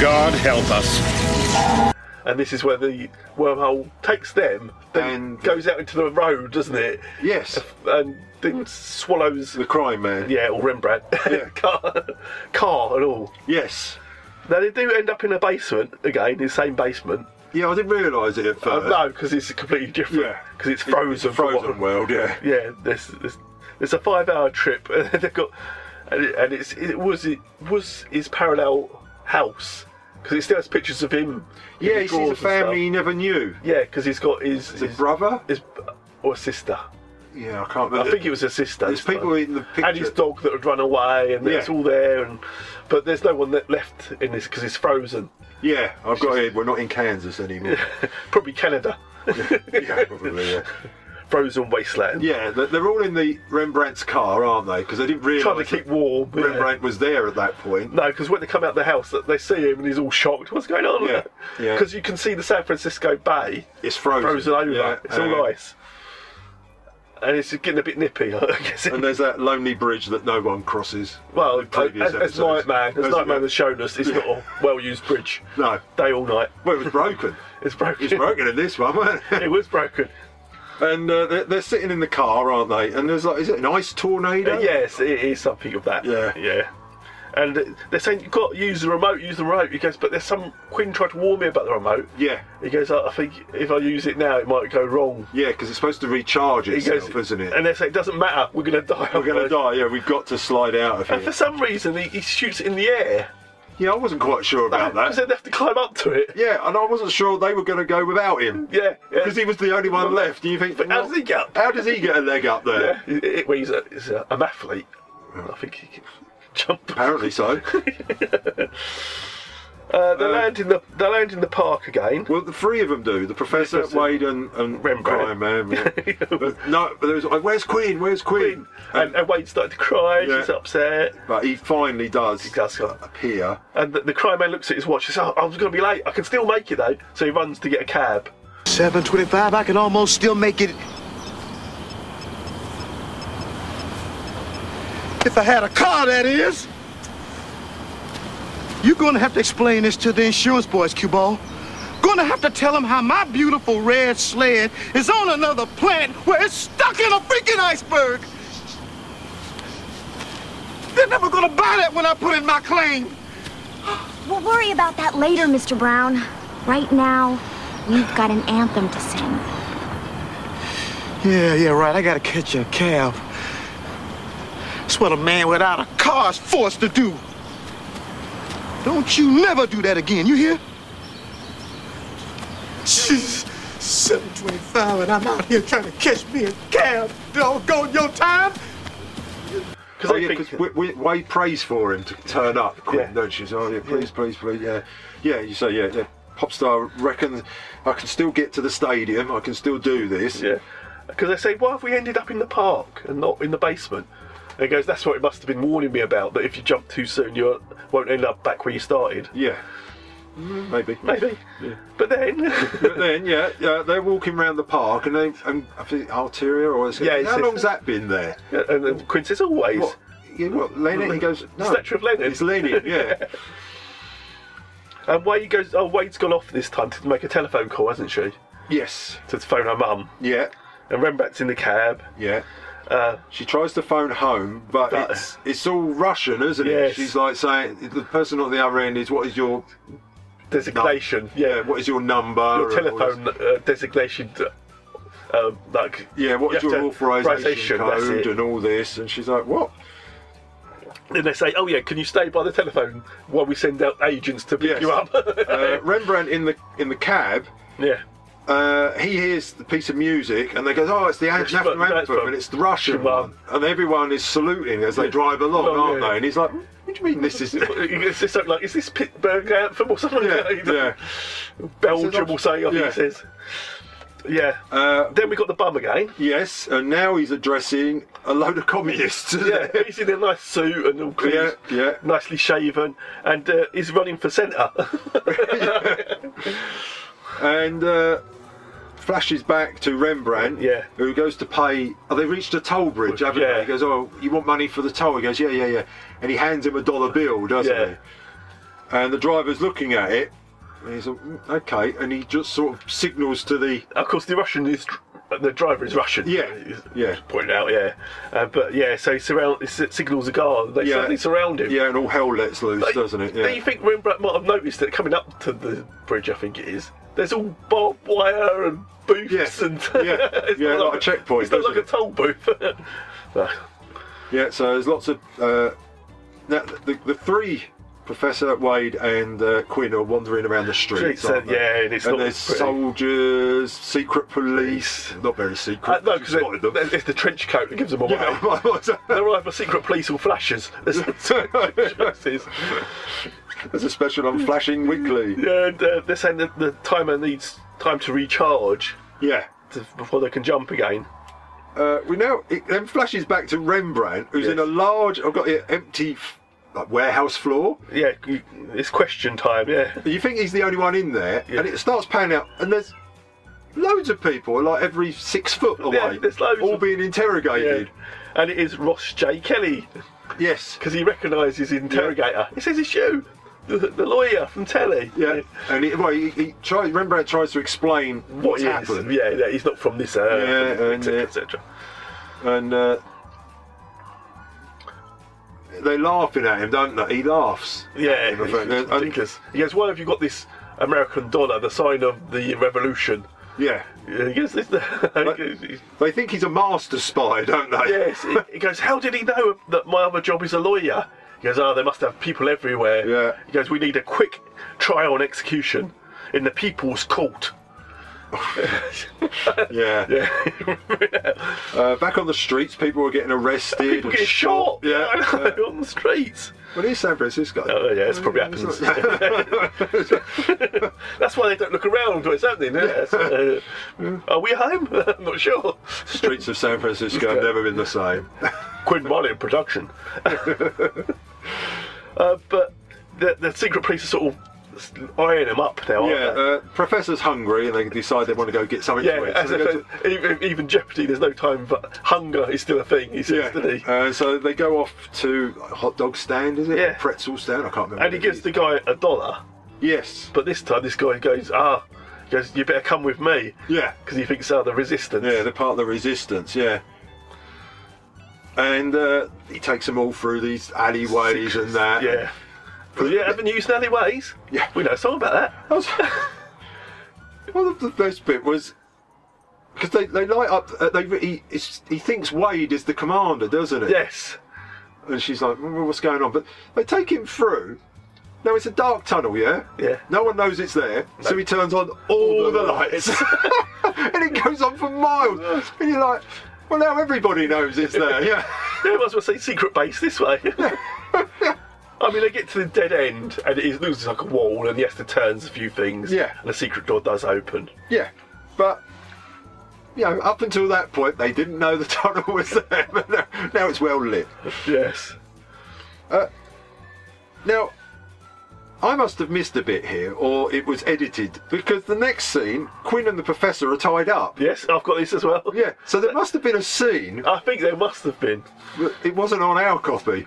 K: God help us.
C: And this is where the wormhole takes them, then
D: And-
C: goes out into the road, doesn't it?
D: yes,
C: And then swallows,
D: the crime man.
C: yeah, or Rembrandt,
D: Yeah.
C: car, car and all.
D: Yes.
C: Now they do end up in a basement again, the same basement.
D: Yeah, I didn't realise it at
C: Uh,
D: first.
C: no, because it's completely different.
D: Yeah.
C: Because it's frozen. for
D: frozen
C: one.
D: world, yeah.
C: Yeah, there's, there's, there's a five-hour trip, and they've got, and, it, and it's it was it was his parallel house because it still has pictures of him. in
D: Yeah,
C: the
D: he
C: drawers
D: sees a
C: and
D: family he
C: stuff.
D: never knew.
C: Yeah, because he's got his
D: Is it
C: his-
D: brother?
C: his or sister.
D: Yeah, I can't
C: I
D: remember.
C: think it was a sister.
D: There's
C: this time.
D: people in the picture.
C: And his dog that had run away, and it's
D: Yeah.
C: all there, and but there's no one that left in this because it's frozen.
D: Yeah, I've got it. We're not in Kansas anymore. Oh,
C: Probably Canada,
D: yeah, probably, yeah.
C: frozen wasteland.
D: Yeah, they- they're all in the Rembrandt's car, aren't they? Because they didn't realise
C: trying to keep
D: that
C: warm. yeah.
D: Rembrandt was there at that point.
C: No, because when they come out the house, they see him and he's all shocked. What's going on?
D: Yeah, yeah.
C: Because you can see the San Francisco Bay
D: It's frozen.
C: frozen over.
D: yeah,
C: it's all
D: and-
C: ice, and it's getting a bit nippy. I guess.
D: And there's that lonely bridge that no one crosses.
C: well,
D: in previous
C: as, as
D: episodes.
C: Nightman, as
D: As-
C: Nightman has shown us, it's not a well-used bridge.
D: No.
C: Day all night.
D: Well, it was broken.
C: It's broken.
D: It's broken in this one, wasn't it?
C: it was broken.
D: And uh, they're, they're sitting in the car, aren't they? And there's like, is it an ice tornado?
C: Uh, yes, it is something of that.
D: Yeah.
C: yeah. And they're saying you've got to use the remote, use the remote. He goes, but there's some Quinn tried to warn me about the remote.
D: Yeah.
C: He goes, I I think if I use it now, it might go wrong.
D: Yeah, because it's supposed to recharge
C: He
D: itself,
C: goes,
D: isn't it?
C: And they say, it doesn't matter, we're going to die.
D: We're going to die. Yeah, we've got to slide out of
C: And for
D: here.
C: some reason, he, he shoots it in the air.
D: Yeah, I wasn't quite sure about
C: Because
D: that.
C: they'd have to climb up to it.
D: Yeah, and I wasn't sure they were going to go without him.
C: Yeah.
D: Because he was the only one left. And you think,
C: But how
D: what-
C: does he get up?
D: How does he get a leg up there?
C: Yeah. It, it, well, he's a, he's a, an athlete. I think he can jump.
D: Apparently so.
C: Uh, they, land in the, they land in the park again.
D: well, the three of them do. The Professor,
C: Professor.
D: Wade, and, and
C: Rembrandt.
D: Crime Man. yeah. but no, but there was, like, where's Queen? Where's Queen?
C: And, and Wade started to cry,
D: Yeah.
C: she's upset.
D: But he finally does
C: does go.
D: appear.
C: And the, the crime man looks at his watch and says, oh, I was going to be late, I can still make it though. So he runs to get a cab.
I: 725, I can almost still make it. If I had a car, that is. You're gonna have to explain this to the insurance boys, Q-Ball. Gonna have to tell them how my beautiful red sled is on another planet where it's stuck in a freaking iceberg. They're never gonna buy that when I put in my claim.
J: We'll worry about that later, Mr. Brown. Right now, we've got an anthem to sing.
I: Yeah, yeah, right. I gotta catch a cab. That's what a man without a car is forced to do. Don't you never do that again, you hear? Jeez, 725 and I'm out here trying to catch me a cab. Doggone your time.
C: Because
D: Oh, yeah, because we, we, Wade prays for him to turn up, Quinn,
C: Yeah.
D: don't you? So, oh, yeah, please, please, please, yeah. Yeah, you say, yeah, yeah. Popstar reckons I can still get to the stadium, I can still do this.
C: Yeah. Because they say, why have we ended up in the park and not in the basement? And he goes, that's what it must have been warning me about, that if you jump too soon, you won't end up back where you started.
D: Yeah. Maybe.
C: Maybe. But then.
D: but then, yeah, yeah, they're walking around the park and they, and I think Arteria or is it-
C: Yeah, he
D: how
C: says-
D: long's that been there?
C: Yeah, and then Quinn says, always.
D: What? Yeah, what, Lenin? He goes, no.
C: Statue of Lenin.
D: It's Lenin, yeah.
C: And Wade goes, oh, Wade's gone off this time to make a telephone call, hasn't she?
D: yes.
C: To phone her mum.
D: Yeah,
C: And Rembrandt's in the cab.
D: yeah.
C: Uh,
D: She tries to phone home, but
C: But-
D: it's it's all Russian, isn't
C: Yes.
D: it? She's like saying the person on the other end is what is your
C: designation. Yeah.
D: what is your number?
C: Your
D: and all this-
C: telephone uh, designation. Uh, like.
D: Yeah, what
C: you
D: is
C: have
D: your
C: to-
D: authorization
C: authorization, that's
D: code
C: it.
D: and all this? And she's like, what?
C: Then they say, oh, yeah, can you stay by the telephone while we send out agents to pick
D: Yes.
C: you up?
D: Uh, Rembrandt in the in the cab.
C: yeah.
D: Uh, he hears the piece of music and they goes, "Oh, it's the
C: It's
D: national
C: got- that's
D: anthem,
C: from-
D: and it's the Russian
C: from, um,
D: one." And everyone is saluting as they drive along,
C: Along,
D: aren't
C: Oh, yeah.
D: they? And he's like, "What do you mean this is?"
C: it's just something like, is this Pittsburgh anthem or something?
D: yeah,
C: like that?
D: yeah.
C: Belgium will say, I think
D: Yeah.
C: it says. Yeah.
D: Uh,
C: then we got the bum again.
D: Yes, and now he's addressing a load of communists.
C: Yeah, he's in a nice suit and all clean,
D: Yeah, yeah.
C: nicely shaven, and uh, he's running for centre.
D: and uh, flashes back to Rembrandt,
C: Yeah.
D: who goes to pay. Oh, they reached a toll bridge, haven't
C: Yeah.
D: they? He goes, "Oh, you want money for the toll?" He goes, "Yeah, yeah, yeah," and he hands him a dollar bill, doesn't
C: Yeah.
D: he? And the driver's looking at it. And he's like, "Mm, okay, and he just sort of signals to the
C: of course, the Russian is the driver is Russian.
D: Yeah,
C: He's
D: yeah.
C: Pointed out, yeah, uh, but yeah, so he surround he s- signals a guard. They
D: yeah,
C: suddenly surround him.
D: Yeah, and all hell lets loose,
C: Like,
D: doesn't it?
C: Do you
D: Yeah.
C: think Rembrandt might have noticed that coming up to the bridge? I think it is. There's all barbed wire and booths
D: Yeah,
C: and
D: yeah,
C: it's
D: yeah,
C: not
D: like a checkpoint,
C: It's not
D: doesn't
C: like a
D: it?
C: toll booth. No.
D: Yeah, so there's lots of. Uh, now, the, the three, Professor Wade and uh, Quinn, are wandering around the streets.
C: Streets, uh,
D: aren't they?
C: yeah, and it's not
D: there's
C: pretty.
D: soldiers, secret police. Not very secret.
C: Uh, no,
D: you
C: because
D: spotted them.
C: it's the trench coat that gives them away.
D: Yeah, what was that?
C: They're either secret police or flashers. There's two choices.
D: There's a special on Flashing Weekly.
C: Yeah, and, uh, they're saying that the timer needs time to recharge
D: Yeah.
C: to, before they can jump again.
D: Uh, we now it then flashes back to Rembrandt, who's
C: Yes.
D: in a large, I've got here, empty f- like warehouse floor.
C: Yeah, you- it's question time. Yeah,
D: You think he's the only one in there,
C: Yeah.
D: and it starts panning out, and there's loads of people, like every six foot away,
C: Yeah, there's loads
D: all
C: of-
D: being
C: yeah.
D: interrogated.
C: and it is Ross J. Kelly
D: Yes.
C: because he recognises the interrogator. He says it's you, the, the lawyer from telly.
D: Yeah. And he, well, he, he tries, Rembrandt tries to explain
C: what
D: what's
C: he is.
D: happened.
C: Yeah, yeah, he's not from this earth.
D: Yeah, and,
C: etc.
D: uh,
C: etc.
D: and uh, they're laughing at him, don't they? He laughs.
C: Yeah,
D: I think
C: it's
D: that-
C: ridiculous. He goes, "Why have you got this American dollar, the sign of the revolution?"
D: Yeah.
C: He goes, "This."
D: They think he's a master spy, don't they?
C: Yes. He- He goes, "How did he know that my other job is a lawyer?" He goes, "Ah, they must have people everywhere."
D: Yeah.
C: He goes, "We need a quick trial and execution in the people's court."
D: yeah.
C: Yeah.
D: Uh, back on the streets, people were getting arrested.
C: people
D: and
C: get shot.
D: Yeah.
C: I know,
D: yeah.
C: on the streets.
D: Well, here's San Francisco.
C: Oh, yeah, it's probably happens. That's why they don't look around what's happening. Yeah. So, uh, are we home? I'm not sure.
D: Streets of San Francisco have never been the same.
C: Quinn Marley in production. uh, but the, the secret police are sort of eyeing him up now,
D: Yeah,
C: aren't they?
D: uh, Professor's hungry and they decide they want to go get something
C: yeah,
D: to eat.
C: as
D: So they go
C: if, even, even Jeopardy, there's no time, but hunger is still a thing, he
D: to-
C: says, doesn't he?
D: yeah. Uh, so they go off to a hot dog stand, is it?
C: Yeah.
D: Pretzel stand, I can't remember.
C: and he
D: what it
C: gives
D: is.
C: the guy a dollar,
D: Yes.
C: but this time this guy goes, ah, he goes, you better come with me.
D: Yeah.
C: Because he thinks, ah, the resistance.
D: Yeah, they're part of the resistance. Yeah. And uh, he takes them all through these alleyways and that.
C: Yeah. But yeah, haven't used alleyways.
D: Yeah.
C: We know something about that.
D: I was- One of the best bit was because they, they light up. Uh, they he, it's, he thinks Wade is the commander, doesn't he?
C: Yes.
D: And she's like, "Mm, "What's going on?" But they take him through. Now it's a dark tunnel, yeah.
C: Yeah.
D: No one knows it's there, so he turns on all, the, lights, and it goes on for miles. And you're like, "Well, now everybody knows it's there." Yeah.
C: Yeah, might as well say secret base this way. I mean, they get to the dead end, and it is, loses like a wall, and he has to turn a few things.
D: Yeah.
C: And the secret door does open.
D: Yeah, but you know, up until that point, they didn't know the tunnel was there. But now, now it's well lit.
C: Yes.
D: Now, Uh, I must have missed a bit here, or it was edited, because the next scene, Quinn and the Professor are tied up.
C: Yes, I've got this as well.
D: Yeah, so there must have been a scene.
C: I think there must have been.
D: But it wasn't on our copy,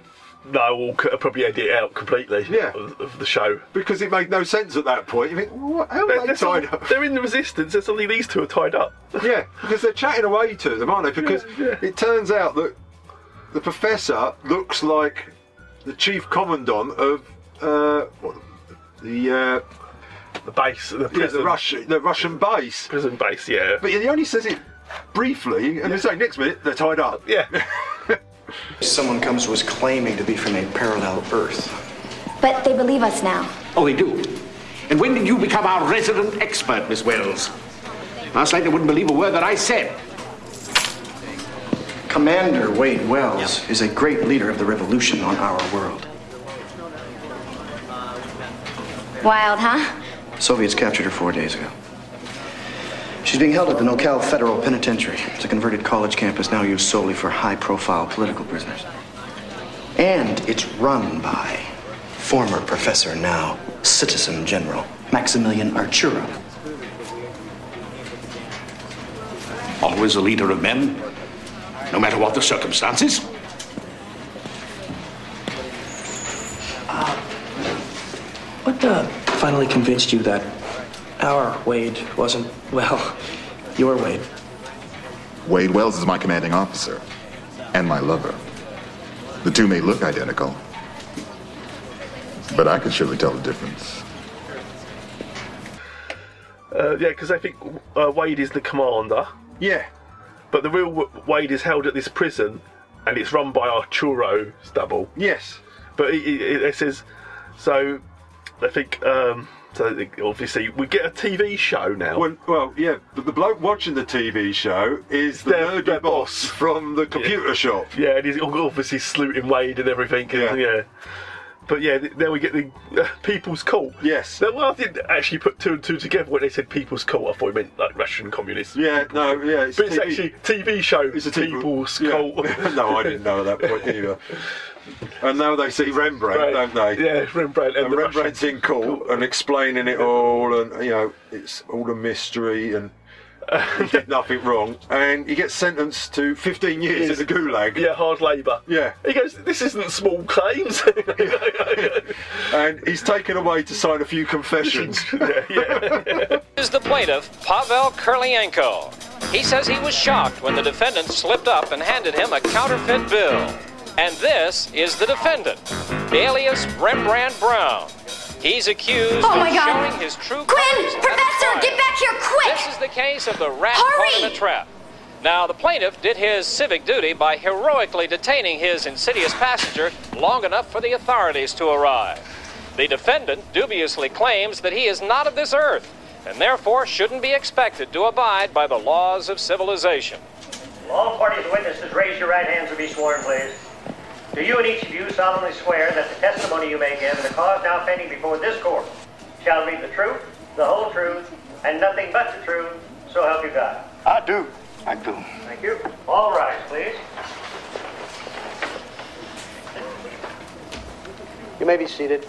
C: No, we'll c- uh, probably edit it out completely.
D: Yeah.
C: Of, of the show.
D: because it made no sense at that point. You think, what, how
C: They're,
D: are they
C: they're
D: tied
C: suddenly-
D: up?
C: they're in the resistance. There's only these two are tied up.
D: Yeah, because they're chatting away to them, aren't they? Because
C: Yeah, yeah.
D: it turns out that the Professor looks like the Chief Commandant of, uh, what, the, uh,
C: The base, the
D: yeah,
C: prison,
D: the, Russian, the Russian base.
C: prison base. Yeah.
D: But he only says it briefly, and they say next minute they're tied up.
C: yeah.
L: Someone comes to us claiming to be from a parallel Earth.
J: But they believe us now.
K: Oh, they do. And when did you become our resident expert, Miss Wells? Last night they wouldn't believe a word that I said.
L: Commander Wade Wells is a great leader of the revolution on our world.
H: Wild, huh?
L: Soviets captured her four days ago. She's being held at the Nocal Federal Penitentiary. It's a converted college campus now used solely for high profile political prisoners. And it's run by former professor, now citizen general, Maximilian Archura.
K: Always a leader of men, no matter what the circumstances.
M: What uh, finally convinced you that our Wade wasn't, well, your Wade?
N: Wade Wells is my commanding officer and my lover. The two may look identical, but I can surely tell the difference.
C: Uh, yeah, because I think uh, Wade is the commander,
D: Yeah.
C: but the real W- Wade is held at this prison, and it's run by Arturo's double.
D: Yes.
C: But it, it, it says, so I think, um, so I think obviously we get a TV show now.
D: Well, well, yeah. But the bloke watching the TV show is the
C: Their-
D: nerdy
C: their
D: boss
C: boss.
D: from the computer shop.
C: yeah, and he's obviously saluting Wade and everything. and-
D: Yeah.
C: yeah. But yeah, th- then we get the uh, People's Call.
D: Yes.
C: Now, well, I didn't actually put two and two together when they said People's Call. I thought it meant like Russian communists.
D: Yeah. No. Yeah. It's
C: But it's
D: TV
C: actually TV show.
D: It's a TV
C: People's
D: yeah.
C: Cult.
D: no, I didn't know at that point either. And now they see Rembrandt,
C: Right.
D: don't they?
C: Yeah, Rembrandt and,
D: And
C: the
D: Rembrandt's
C: Russian-
D: in court and explaining it all, and you know it's all a mystery and he did nothing wrong, and he gets sentenced to 15 years in the gulag.
C: Yeah, hard labour.
D: Yeah.
C: He goes, this isn't small claims.
D: and he's taken away to sign a few confessions.
O: is the plaintiff, Pavel Kurlyenko. He says he was shocked when the defendant slipped up and handed him a counterfeit bill. And this is the defendant, alias Rembrandt Brown. He's accused
H: Oh my
O: of
H: God.
O: showing his true
H: Quinn,
O: colors at a
H: Professor,
O: trial.
H: get back here quick!
O: This is the case of the rat
H: Hurry!
O: caught in the trap. Now, the plaintiff did his civic duty by heroically detaining his insidious passenger long enough for the authorities to arrive. The defendant dubiously claims that he is not of this earth and therefore shouldn't be expected to abide by the laws of civilization.
P: All parties and witnesses, raise your right hands to be sworn, please. Do you and each of you solemnly swear that the testimony you may give in the cause now pending before this court shall be the truth, the whole truth, and nothing but the truth, so help you God?
L: I do. I do.
P: Thank you. All rise, please.
Q: You may be seated.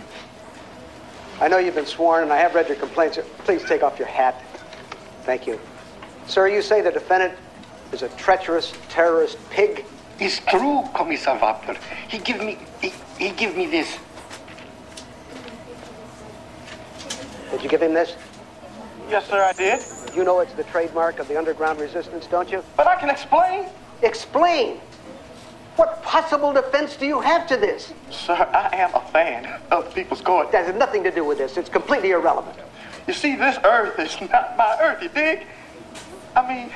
Q: I know you've been sworn, and I have read your complaints. Please take off your hat. Thank you. Sir, you say the defendant is a treacherous terrorist pig?
R: It's true, Commissar Wappler. He give me he, he give me this.
Q: Did you give him this?
R: Yes, sir, I did.
Q: You know it's the trademark of the underground resistance, don't you?
R: But I can explain.
Q: Explain! What possible defense do you have to this?
R: Sir, I am a fan of the People's Court.
Q: That has nothing to do with this. It's completely irrelevant.
R: You see, this earth is not my earth, you dig? I mean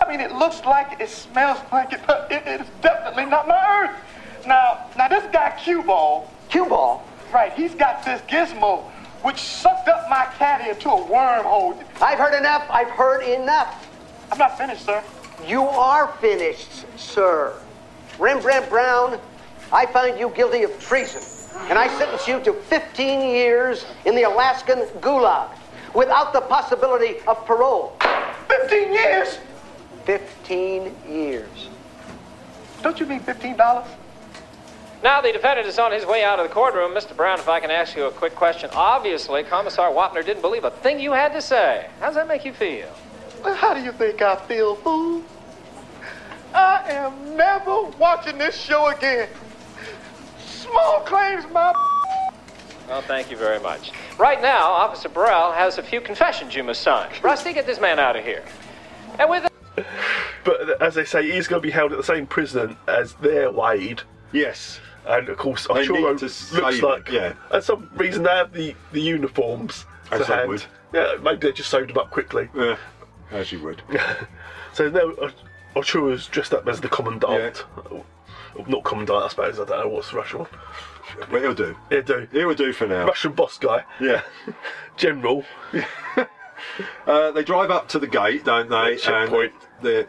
R: I mean it looks like it, it smells like it, but it, it is definitely not my earth. Now now this guy Cue Ball.
Q: Cue Ball?
R: Right, he's got this gizmo which sucked up my cat into a wormhole.
Q: I've heard enough. I've heard enough.
R: I'm not finished, sir.
Q: You are finished, sir. Rembrandt Brown, I find you guilty of treason, and I sentence you to 15 years in the Alaskan gulag without the possibility of parole.
R: 15 years?
Q: 15 years.
R: Don't you mean fifteen dollars?
O: Now the defendant is on his way out of the courtroom. Mr. Brown, if I can ask you a quick question. Obviously, Commissar Wapner didn't believe a thing you had to say. How does that make you feel?
R: Well, how do you think I feel, fool? I am never watching this show again. Small claims, my.
O: Well, thank you very much. Right now, Officer Burrell has a few confessions you must sign. Rusty, get this man out of here. And with
C: But as they say, he's going to be held at the same prison as their Wade. Yes. And of course,
D: They
C: Arturo
D: need to
C: looks
D: save it,
C: like.
D: yeah.
C: For some reason, they have the, the uniforms.
D: As
C: to
D: they
C: hand.
D: would.
C: Yeah, maybe they just sewed them up quickly.
D: Yeah, as you would.
C: so now Ar- Arturo's dressed up as the commandant. Oh, Not commandant, I suppose. I don't know what's the Russian one.
D: But he'll do.
C: He'll do.
D: He'll do for now.
C: Russian boss guy.
D: Yeah.
C: General.
D: uh, they drive up to the gate, don't they?
C: Checkpoint.
D: And they're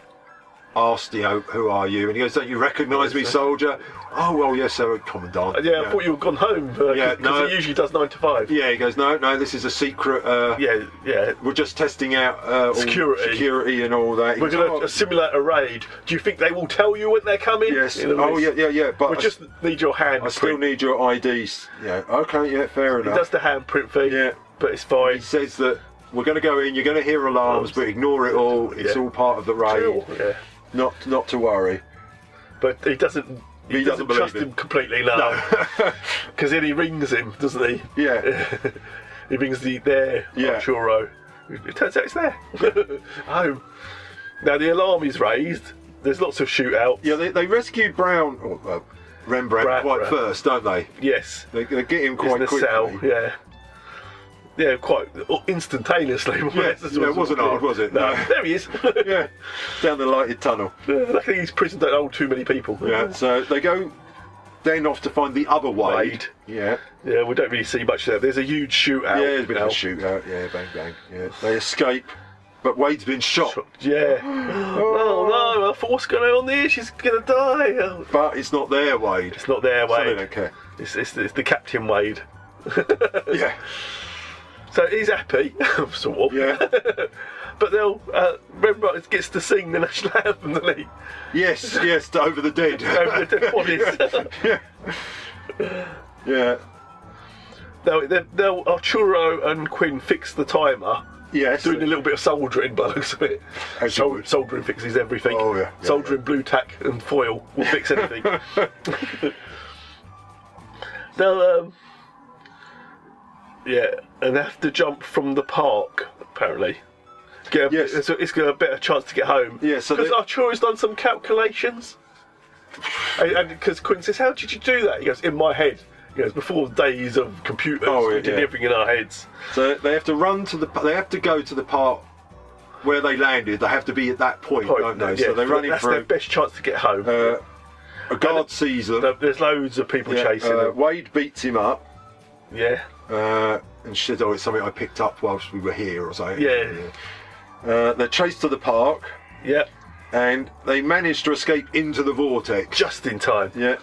D: asked, you know, "Oh, who are you? And he goes, don't you recognise me,
C: Yes, sir.
D: soldier? Oh, well, yes, sir, Commandant.
C: Uh, Yeah, I thought you were gone home. Uh,
D: Yeah,
C: 'cause
D: no.
C: he usually does 9 to 5.
D: Yeah, he goes, no, no, this is a secret. Uh,
C: yeah, yeah.
D: We're just testing out uh, all
C: Security.
D: security and all that. He
C: We're
D: goes,
C: going
D: "Oh,
C: to assimilate a raid. Do you think they will tell you when they're coming?
D: Yes.
C: You know,
D: Oh, yeah,
C: it's-
D: yeah, yeah. But
C: we
D: I-
C: just need your hand.
D: I still need your IDs. Yeah, okay, yeah, fair
C: He
D: enough.
C: does the handprint thing. Yeah. But it's fine. He
D: says that we're going to go in, you're going to hear alarms, but ignore it all. It's
C: Yeah.
D: all part of the raid.
C: Cool, yeah.
D: Not not to worry.
C: But he doesn't. He,
D: He doesn't
C: doesn't, trust
D: believe
C: him.
D: him.
C: completely, no. Because then he rings him, doesn't he?
D: Yeah.
C: he rings the there
D: Yeah.
C: Arturo. It turns out it's there. Home. Now the alarm is raised. There's lots of shootouts.
D: Yeah, they, they rescue Brown, or, uh, Rembrandt,
C: Bra-
D: quite
C: Bra-
D: first, don't they?
C: Yes.
D: They, they get him
C: He's
D: quite
C: in the
D: quickly.
C: cell. Yeah. Yeah, quite instantaneously. more or
D: Yeah,
C: less. That's
D: yeah,
C: what
D: it wasn't hard, was it?
C: No.
D: No.
C: there he is.
D: yeah, down the lighted tunnel.
C: Luckily, his prison don't hold too many people.
D: Yeah, so they go then off to find the other Wade.
C: Wade.
D: Yeah.
C: Yeah, we don't really see much there. There's a huge shootout.
D: Yeah, there's been a
C: now.
D: shootout. Yeah, bang, bang. Yeah, they escape, but Wade's been shot.
C: Yeah. oh no! I thought, what's going on there? She's gonna die. Oh.
D: But it's not there, Wade.
C: It's not there,
D: So they
C: Wade.
D: don't care.
C: It's, it's, it's the Captain Wade.
D: yeah.
C: So he's happy, sort of.
D: Yeah.
C: but they'll uh, Rembrandt gets to sing the national anthem, doesn't he?
D: Yes, yes, to over the dead.
C: Over the dead bodies.
D: Yeah.
C: Now, they- they'll Arturo and Quinn fix the timer.
D: Yes.
C: Doing a little bit of soldering by the looks of it. Sol- soldering fixes everything. Oh, yeah. soldering blue tack and foil will fix anything. now, um, yeah, and they have to jump from the park, apparently. Get a, yes. It's, it's got a better chance to get home. Yeah,
D: so
C: Because
D: they-
C: Arturo's done some calculations. and because Quinn says, How did you do that? He goes, In my head. He goes, Before the days of computers,
D: Oh,
C: we
D: yeah,
C: did
D: yeah.
C: everything in our heads.
D: So they have to run to the. They have to go to the part where they landed. They have to be at that point, don't they?
C: yeah,
D: so they're running
C: That's
D: through.
C: their best chance to get home.
D: Uh, a guard sees them.
C: There's loads of people
D: Yeah,
C: chasing
D: uh,
C: them.
D: Wade beats him up.
C: Yeah.
D: Uh, and she said, "Oh, it's something I picked up whilst we were here," or something.
C: Yeah.
D: Uh, they're chased to the park.
C: Yep.
D: And they manage to escape into the vortex.
C: Just in time.
D: Yeah.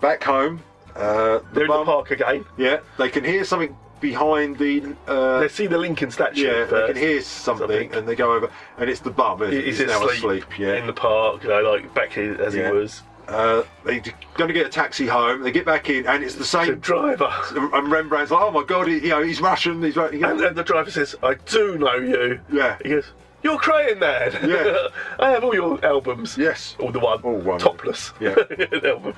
D: Back home. Uh, the
C: They're in the
D: mum-
C: park again.
D: Yeah. They can hear something behind the. Uh,
C: They see the Lincoln statue.
D: yeah,
C: first.
D: they can hear something, and they go over, and it's the bum. Isn't it?
C: He's
D: He's now
C: asleep,
D: Yeah.
C: in the park, you know, like back here as
D: Yeah.
C: he was.
D: Uh, they're going to get a taxi home. They get back in, and it's the same
C: driver.
D: And Rembrandt's like, "Oh my god, he, you know, he's Russian. He's Russian."
C: And, and the driver says, I do know you.
D: Yeah.
C: He goes, You're crying, man.
D: Yeah.
C: I have all your albums.
D: Yes.
C: All the one. All one. Topless.
D: Yeah.
C: An album.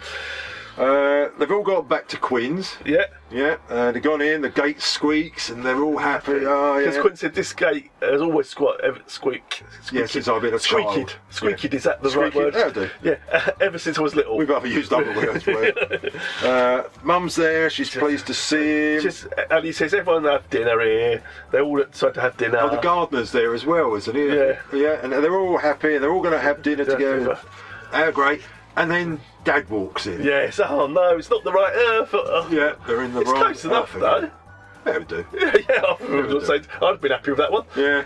D: Uh, they've all got back to Quinn's.
C: Yeah.
D: Yeah. Uh, they've gone in. The gate squeaks, and they're all happy. Oh,
C: Because
D: yeah.
C: Quinn said this gate has always squat, ever, squeak.
D: Yeah, since I've been a
C: squeaked.
D: child.
C: Squeaked,
D: Yeah.
C: is that the
D: Squeaked,
C: right word?
D: yeah, I do.
C: Yeah, ever since I was little.
D: We've either used other words. word. Uh, Mum's there. She's pleased to see him.
C: Just, and he says, everyone have dinner here. They all decide to have dinner.
D: Oh, the gardener's there as well, isn't he? Yeah. Yeah, and they're all happy and they're all going to have dinner together. How great. And then Dad walks in.
C: Yes, oh no, it's not the right earth. Oh.
D: Yeah, they're in the
C: it's
D: wrong
C: close enough,
D: earth
C: though.
D: again. They would do.
C: Yeah, yeah, I would say, I'd have been happy with that one.
D: Yeah,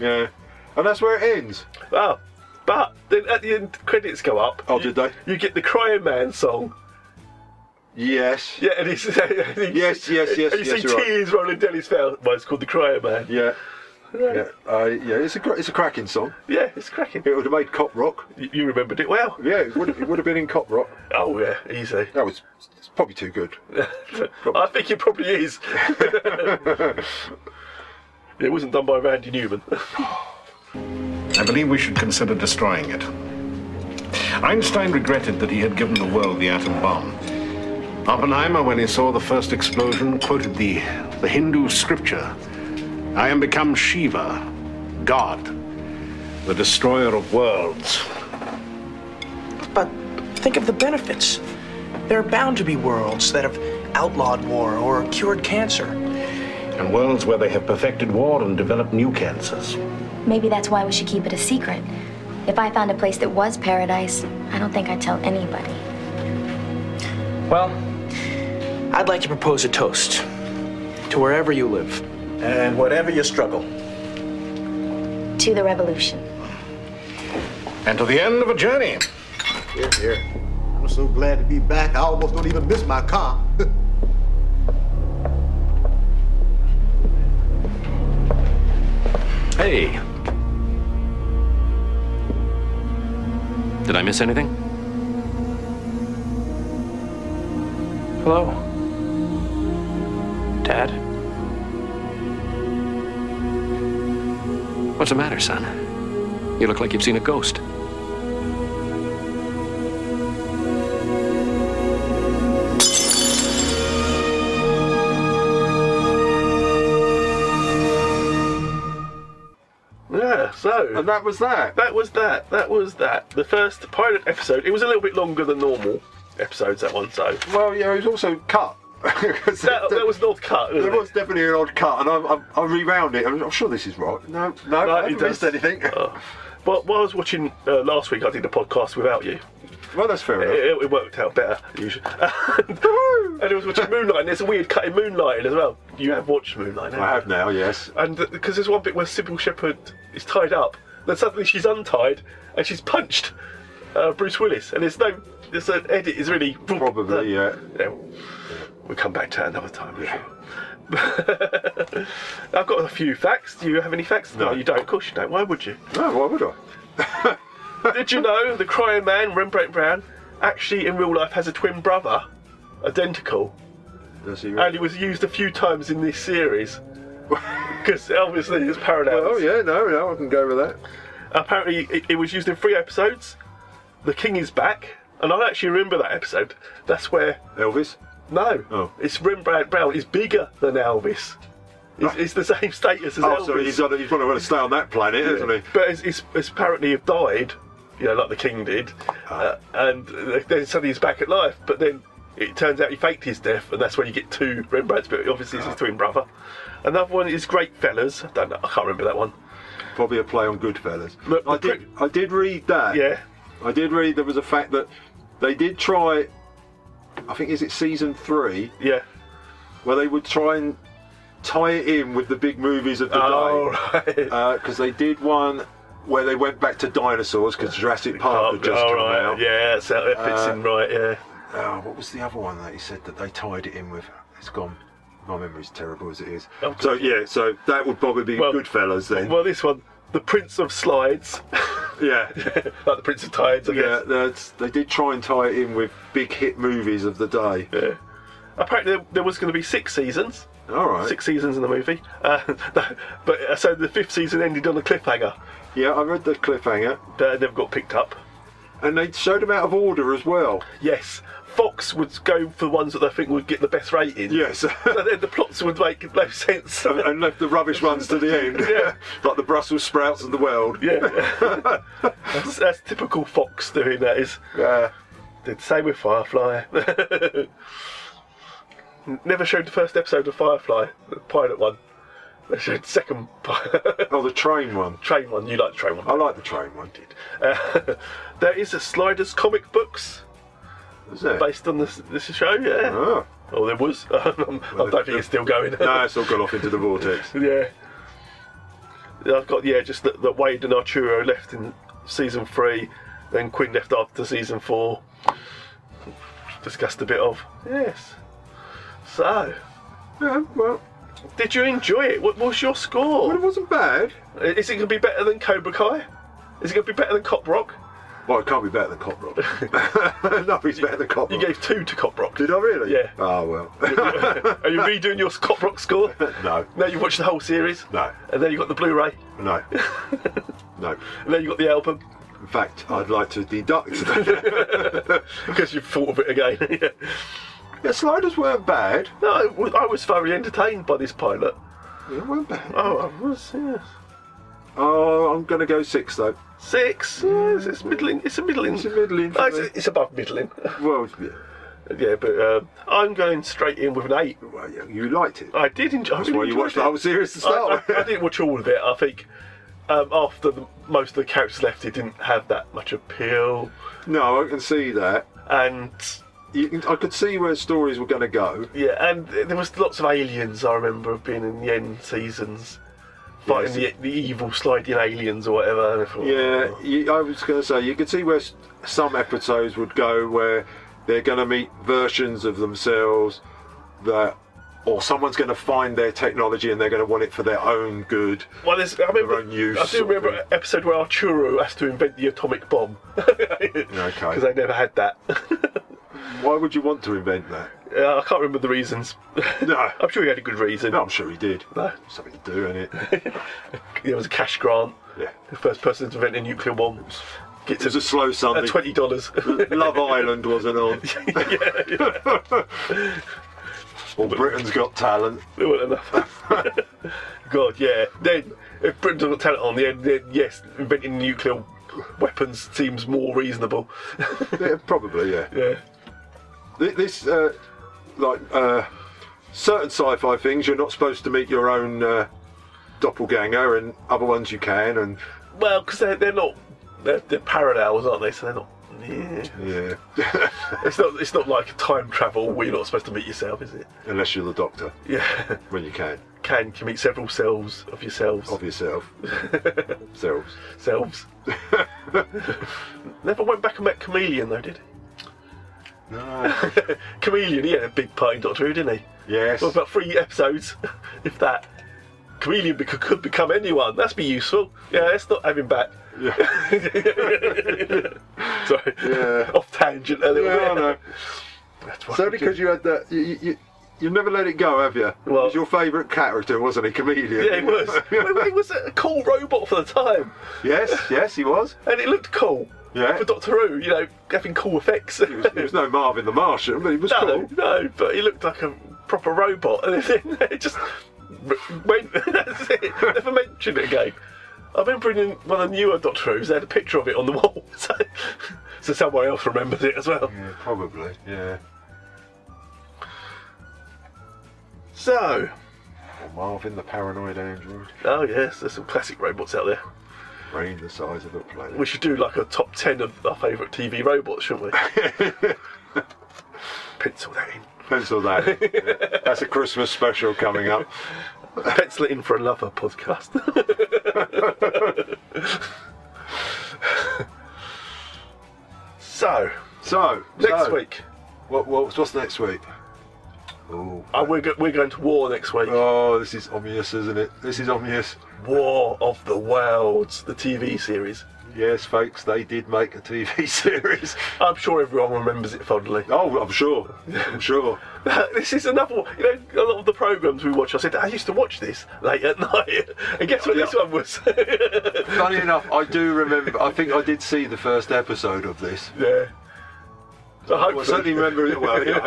D: yeah. And that's where it ends.
C: Oh, but then at the end, credits go up.
D: Oh, did they?
C: You get the Crying Man song.
D: Yes.
C: Yeah, and he's, and he's
D: Yes, yes, yes,
C: And you
D: yes,
C: see
D: you're right.
C: tears rolling down his face. Well, it's called the Crying Man.
D: Yeah. Yeah, uh, yeah, it's a cra- it's a cracking song.
C: Yeah, it's cracking.
D: It would have made cop rock.
C: You remembered it well.
D: Yeah, it would it would have been in cop rock.
C: Oh yeah, easy.
D: That was it's probably too good.
C: I think it probably is. it wasn't done by Randy Newman.
S: I believe we should consider destroying it. Einstein regretted that he had given the world the atom bomb. Oppenheimer, when he saw the first explosion, quoted the, the Hindu scripture I am become Shiva, God, the destroyer of worlds.
M: But think of the benefits. There are bound to be worlds that have outlawed war or cured cancer.
S: And worlds where they have perfected war and developed new cancers.
J: Maybe that's why we should keep it a secret. If I found a place that was paradise, I don't think I'd tell anybody.
M: Well, I'd like to propose a toast to wherever you live and whatever your struggle.
J: To the revolution.
S: And to the end of a journey.
T: Here, here. I'm so glad to be back. I almost don't even miss my car.
G: Hey. Did I miss anything?
M: Hello. Dad?
G: What's the matter, son? You look like you've seen a ghost.
C: Yeah, so. And
D: that was that.
C: That was that. That was that. The first pilot episode. It was a little bit longer than normal episodes, that one, so.
D: Well, yeah, it was also cut.
C: that, that was not cut.
D: There was definitely an odd cut, and I, I, I rewound it. I'm, I'm sure this is right. No, no, I haven't missed anything.
C: Oh. but while I was watching uh, last week, I did a podcast without you.
D: Well, that's fair enough.
C: It, it worked out better. Usually. and I was watching Moonlight, and there's a weird cut in Moonlight as well. You have watched Moonlight, haven't
D: I have now, yes.
C: you? And because there's one bit where Sybil Shepherd is tied up, then suddenly she's untied and she's punched uh, Bruce Willis, and there's no. There's an edit is really
D: Probably, yeah.
C: yeah. We'll come back to that another time. I'm sure. I've got a few facts. Do you have any facts? No, you don't. Of course you don't. Why would you?
D: No, why would I?
C: Did you know the crying man, Rembrandt Brown, actually in real life has a twin brother, identical,
D: Does he
C: and he was used a few times in this series. Because obviously it's parallels.
D: Oh, yeah, no, no, I can go with that.
C: Apparently it, it was used in three episodes. The King is Back, and I actually remember that episode. That's where
D: Elvis? Oh.
C: no, it's Rembrandt Brown is bigger than Elvis. It's, it's the same status as
D: Ah. oh,
C: Elvis.
D: so he's, on, he's probably want to stay on that planet, isn't he?
C: But it's, it's, it's apparently have died, you know, like the king did,
D: Ah.
C: uh, and uh, then suddenly he's back at life. But then it turns out he faked his death, and that's when you get two Rembrandts. But obviously
D: Ah.
C: it's his twin brother. Another one is Great Fellas. I don't know. I can't remember that one.
D: Probably a play on Goodfellas.
C: Look,
D: I
C: the
D: did, I did read that.
C: Yeah.
D: I did read there was a fact that they did try. I think is it season three?
C: Yeah.
D: Where they would try and tie it in with the big movies of the
C: Oh,
D: day. Because they did one where they went back to dinosaurs because Jurassic Park had just
C: Oh, all
D: come
C: right.
D: out.
C: Yeah, so it fits
D: Uh,
C: in right. Yeah.
D: Oh, what was the other one that he said that they tied it in with? It's gone. My memory's terrible as it is.
C: Oh,
D: so yeah, so that would probably be
C: Well-
D: Goodfellas then.
C: Well, this one, the Prince of Slides,
D: yeah,
C: like the Prince of Tides. I
D: yeah.
C: guess.
D: That's, they did try and tie it in with big hit movies of the day.
C: Yeah. Apparently, there, there was going to be six seasons.
D: All right.
C: Six seasons in the movie. Uh, but uh, so the fifth season ended on a cliffhanger.
D: Yeah, I read the cliffhanger.
C: They never got picked up.
D: And they showed them out of order as well.
C: Yes. Fox would go for the ones that they think would get the best rating.
D: Yes.
C: so then the plots would make no sense.
D: and, and left the rubbish ones to the end.
C: Yeah.
D: like the Brussels sprouts of the world.
C: Yeah. that's, that's typical Fox doing that is.
D: Yeah.
C: Did the same with Firefly. Never showed the first episode of Firefly, the pilot one. They showed the second pilot.
D: oh, the train one.
C: Train one. You like the train one.
D: I like the train one.
C: Uh, there is a Sliders comic books
D: Is there?
C: based on this this show. Yeah.
D: Oh.
C: Oh, there was. Um, I don't think it's still going.
D: no, it's all gone off into the vortex.
C: Yeah. Yeah, I've got yeah, just that, that Wade and Arturo left in season three, then Quinn left after season four. Discussed a bit of yes. So
D: Yeah, well,
C: Did you enjoy it? What was your score? Well, it wasn't bad. Is it going to be better than Cobra Kai? Is it going to be better than Cop Rock?
D: Well, it can't be better than Cop Rock. no, it's better than Cop Rock. You
C: gave two to Cop Rock.
D: Did I really?
C: Yeah.
D: Oh, well.
C: Are you redoing your Cop Rock score?
D: No.
C: Now you watch the whole series?
D: No.
C: And then you got the Blu ray?
D: No. No.
C: And then you got the album?
D: In fact, I'd like to deduct.
C: Because you've thought of it again. yeah.
D: yeah, sliders weren't bad.
C: No, I was- I was thoroughly entertained by this pilot.
D: It weren't bad.
C: Oh, I was, yes.
D: Oh, I'm going to go six, though.
C: Six? Yes, it's middling. It's a middling.
D: It's a middling
C: Oh,
D: for
C: it's,
D: me.
C: it's above middling.
D: Well,
C: Yeah, but um, I'm going straight in with an eight.
D: you liked it.
C: I did enjoy.
D: That's
C: I really
D: why you
C: enjoyed
D: watched
C: it.
D: the whole series to
C: I-
D: start
C: I,
D: with.
C: I didn't watch all of it. I think um, after the, most of the characters left, it didn't have that much appeal.
D: No, I can see that.
C: And
D: you can, I could see where stories were going to go.
C: Yeah, and there was lots of aliens. I remember of being in the end seasons, fighting
D: Yes.
C: the, the evil sliding aliens or whatever. And I thought,
D: Yeah, you, I was going to say you could see where s- some episodes would go where they're going to meet versions of themselves that, or someone's going to find their technology and they're going to want it for their own good.
C: Well, there's, I remember.
D: own use
C: I do
D: sort of
C: remember an episode where Arturo has to invent the atomic bomb
D: Okay.
C: because they never had that.
D: Why would you want to invent that?
C: Uh, I can't remember the reasons.
D: No,
C: I'm sure he had a good reason.
D: No, I'm sure he did.
C: No.
D: Something to do in it.
C: There was a cash grant.
D: Yeah.
C: The first person to invent a nuclear bomb
D: It
C: gets
D: was a slow Sunday.
C: uh, twenty dollars.
D: Love Island wasn't on. Or Britain's Got Talent.
C: There weren't enough. God, yeah. Then if Britain doesn't tell it on the end, then yes, inventing nuclear weapons seems more reasonable.
D: Yeah, probably, yeah.
C: Yeah.
D: Th- This, uh, like, uh, certain sci fi things, you're not supposed to meet your own uh, doppelganger, and other ones you can, and
C: Well, because they're, they're not they're, they're parallels, aren't they? So they're not. Yeah.
D: yeah,
C: it's not it's not like time travel where you're not supposed to meet yourself, is it?
D: unless you're the doctor,
C: Yeah.
D: when you can,
C: Can can meet several selves of yourselves.
D: of yourself. Selves.
C: Selves. Never went back and met Chameleon though, did
D: No.
C: he? Chameleon, he had a big part in Doctor Who, didn't he?
D: Yes.
C: Well, about three episodes, if that. Chameleon bec could become anyone. That's be useful. Yeah, let's not have him back. Sorry.
D: Yeah.
C: Off tangent a little
D: Yeah, I
C: bit.
D: know.
C: That's why
D: So
C: we do-
D: because you had that, you, you, you, you never let it go, have you? Well, was your favourite character, wasn't he? Comedian.
C: Yeah, he was. Well, he was a cool robot for the time.
D: yes, yes, he was.
C: And it looked cool.
D: Yeah.
C: For Doctor Who, you know, having cool effects.
D: There was no Marvin the Martian, but he was
C: no,
D: cool.
C: no, but he looked like a proper robot. And then it just went. That's it. Never mentioned it again. I remember in one of the newer Doctor Who's, they had a picture of it on the wall. So, so somewhere else remembers it as well.
D: Yeah, probably. Yeah.
C: So,
D: Or Marvin the Paranoid Android.
C: oh yes, there's some classic robots out there.
D: Brain the size of a planet.
C: We should do like a top 10 of our favourite TV robots, shouldn't we? Pencil that in.
D: Pencil that. in. Yeah. That's a Christmas special coming up.
C: Pencil it in for another podcast. so,
D: So
C: next
D: so,
C: week.
D: What, what's what's next week? Oh,
C: Uh, we're, go- we're going to war next week.
D: oh, this is obvious, isn't it? This is obvious.
C: War of the Worlds, the TV series.
D: Yes, folks, they did make a TV series.
C: I'm sure everyone remembers it fondly.
D: Oh, I'm sure. I'm sure.
C: this is another one. You know, a lot of the programs we watch, I said, I used to watch this late at night. And guess what this one was?
D: Funny enough, I do remember. I think I did see the first episode of this.
C: yeah. So
D: Well, I certainly remember it well. Yeah,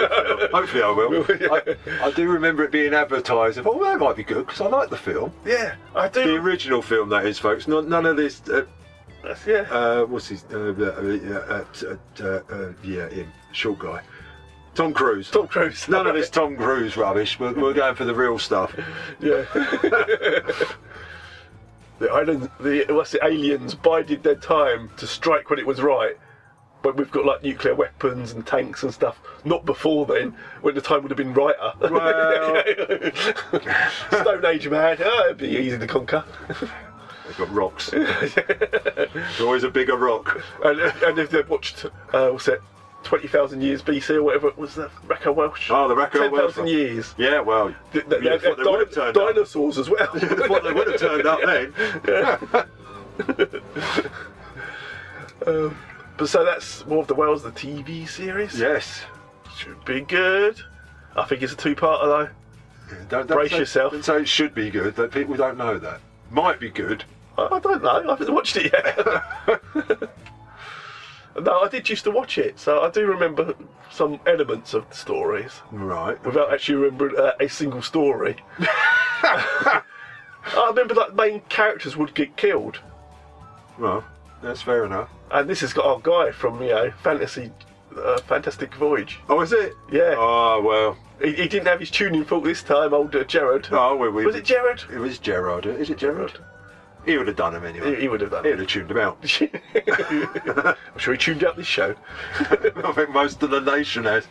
D: hopefully, I will. Hopefully I will. I, I do remember it being advertised. I thought, well, that might be good because I like the film.
C: Yeah, I do.
D: The original film, that is, folks. Not, none of this. Uh,
C: That's- yeah.
D: uh, what's his? Uh, uh, uh, uh, uh, uh, yeah, him. Short guy. Tom Cruise.
C: Tom Cruise.
D: None of this Tom Cruise rubbish. We're, we're going for the real stuff.
C: Yeah. the island, the what's the aliens bided their time to strike when it was right. When we've got like nuclear weapons and tanks and stuff, not before then, when the time would have been righter.
D: Well-
C: Stone Age man, oh, it'd be easy to conquer.
D: They've got rocks. There's always a bigger rock.
C: And, and if they've watched, uh, what's it, 20,000 years BC or whatever it was, the Reco Welsh.
D: Oh, the Reco Welsh.
C: 10,000 years.
D: Yeah, well,
C: Th- th-
D: you'd have
C: they're
D: thought they would have
C: di-
D: turned up.
C: dinosaurs as well.
D: You'd have thought they would have turned up then.
C: Yeah. um, but so that's War of the Whales, the TV series?
D: Yes.
C: Should be good. I think it's a two-parter, though.
D: Don't,
C: Brace
D: say,
C: yourself.
D: Don't say it should be good. That people don't know that. Might be good.
C: I, I don't know. I haven't watched it yet. no, I did used to watch it, so I do remember some elements of the stories.
D: Right.
C: Without actually remembering uh, a single story. I remember that main characters would get killed.
D: Well, that's fair enough.
C: And this has got our guy from, you know, Fantasy, uh, Fantastic Voyage.
D: Oh, is it?
C: Yeah.
D: Oh well.
C: He, he didn't have his tuning fork this time, old uh, Gerard.
D: Oh, we, we
C: Was it Gerard?
D: It was Gerard. Is it Gerard? He would have done him anyway.
C: He- he would have done
D: He
C: him.
D: would have tuned him out.
C: I'm sure he tuned out this show.
D: I think most of the nation has.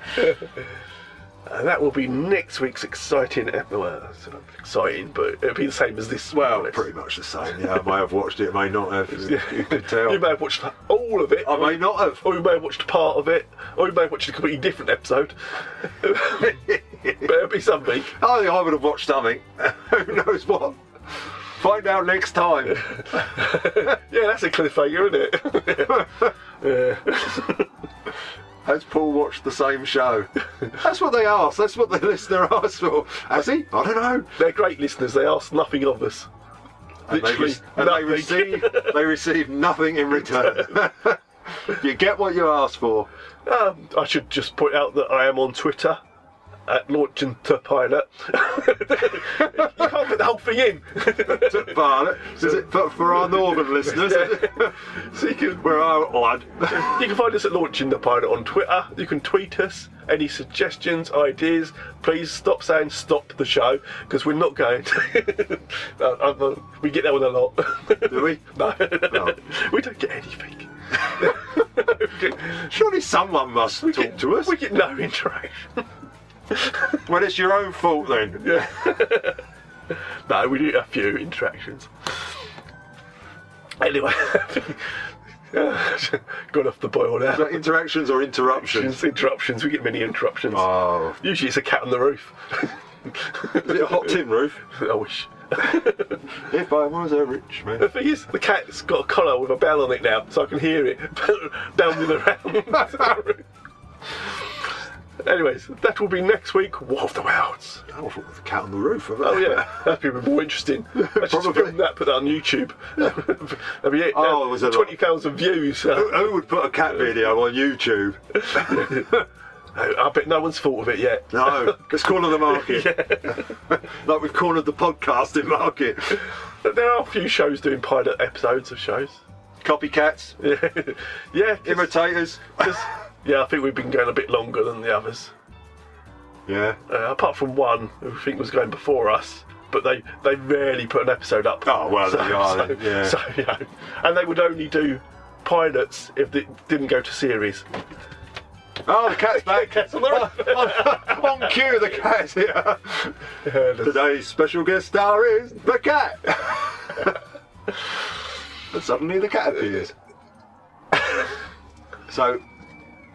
C: And that will be next week's exciting episode. Well, it's not exciting, but it'll be the same as this. Well,
D: pretty much the same. Yeah, I may have watched it. May not have. You could tell.
C: You may have watched all of it.
D: I may not have.
C: Or you may have watched part of it. Or you may have watched a completely different episode. but it'll be something.
D: I think I would have watched something. Who knows what? Find out next time.
C: yeah, that's a cliffhanger, isn't it? yeah.
D: Has Paul watched the same show? That's what they ask. That's what the listener asks for. Has he? I don't know.
C: They're great listeners. They ask nothing of us.
D: And they,
C: Literally
D: re- and they
C: nothing.
D: receive they receive nothing in return. you get what you ask for.
C: Um, I should just point out that I am on Twitter at launching to pilot. you can't put the whole thing in.
D: to pilot. Is it for, for our northern listeners?
C: so you can,
D: We're all odd.
C: you can find us at launching the pilot on Twitter. You can tweet us. Any suggestions, ideas? Please stop saying stop the show because we're not going. to. No, I'm not- we get that one a lot.
D: Do we?
C: no, we don't get anything.
D: Surely someone must talk to us.
C: We get no interaction.
D: Well, it's your own fault then.
C: Yeah. no, we do a few interactions. Anyway, got off the boil
D: Is that
C: now.
D: interactions or interruptions?
C: Interruptions, interruptions. We get many interruptions.
D: Oh,
C: Usually it's a cat on the roof.
D: is it a hot tin roof?
C: I wish.
D: If I was a rich
C: The
D: man.
C: thing is, the cat's got a collar with a bell on it now, so I can hear it bounding around. Anyways, that will be next week. War of the Worlds.
D: I thought it was the cat on the roof.
C: Oh yeah, that'd be more interesting. I should
D: Probably.
C: film that, put that on YouTube. that'd be it.
D: Oh, it was a lot.
C: twenty thousand views. uh.
D: Who, who would put a cat video on YouTube?
C: I, I bet no one's thought of it yet.
D: No, it's corner the market. like we've cornered the podcasting market.
C: But there are a few shows doing pilot episodes of shows.
D: Copycats,
C: Yeah, yeah, 'cause-
D: imitators.
C: 'cause- yeah. I think we've been going a bit longer than the others,
D: Yeah.
C: uh, apart from one who I think was going before us. But they, they rarely put an episode up.
D: Oh, well, there you are
C: so,
D: then, yeah.
C: so, you know, and they would only do pilots if it didn't go to series.
D: Oh, the cat's back.
C: Cats on the roof.
D: on, on cue, the cat's here. Today's special guest star is the cat. and suddenly the cat appears. so,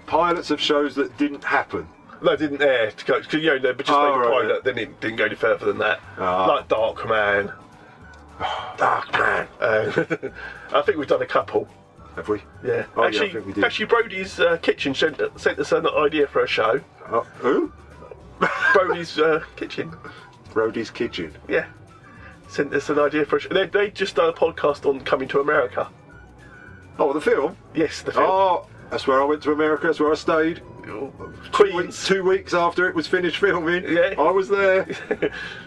D: pilots of shows that didn't happen.
C: No, it didn't air to go. 'cause, you know, they just
D: Oh,
C: made a
D: right.
C: pilot, then it didn't go any further than that.
D: Ah.
C: Like Dark Man. Dark Man. I think we've done a couple.
D: Have we?
C: Yeah.
D: Oh, yeah, I
C: actually,
D: think we did.
C: actually, Brody's uh, kitchen sent, sent us an idea for a show.
D: Oh, who?
C: Brody's uh, kitchen.
D: Roadie's Kitchen.
C: Yeah. Sent us an idea for a show. They, they just done a podcast on coming to America.
D: Oh, the film?
C: Yes, the film.
D: Oh, that's where I went to America. That's where I stayed. Two weeks,
C: Queens.
D: two weeks after it was finished filming,
C: Yeah.
D: I was there.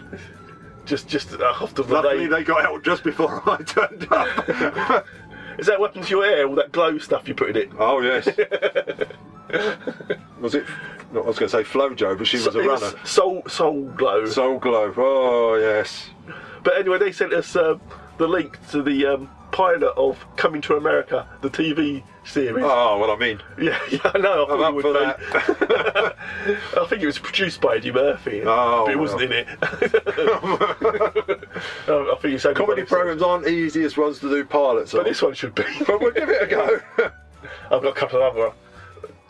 C: Just, just uh, off the
D: Luckily,
C: day.
D: they got out just before I turned up.
C: Is that what happened to your hair? All that glow stuff you put in it?
D: oh yes. was it? No, I was going to say FloJo, but she was a
C: It was
D: runner.
C: soul, soul glow.
D: Soul Glow. Oh yes.
C: But anyway, they sent us um, the link to the um, pilot of Coming to America, the TV series.
D: Oh, what I mean.
C: Yeah, yeah, I know. I
D: I'm
C: thought
D: up
C: you would
D: for
C: be. I think it was produced by Eddie Murphy.
D: Oh,
C: but it wasn't
D: well.
C: in it. Um, I think you said
D: Comedy programs aren't easiest ones to do pilots.
C: but
D: of.
C: this one should be.
D: But we'll give it a go.
C: I've got a couple of other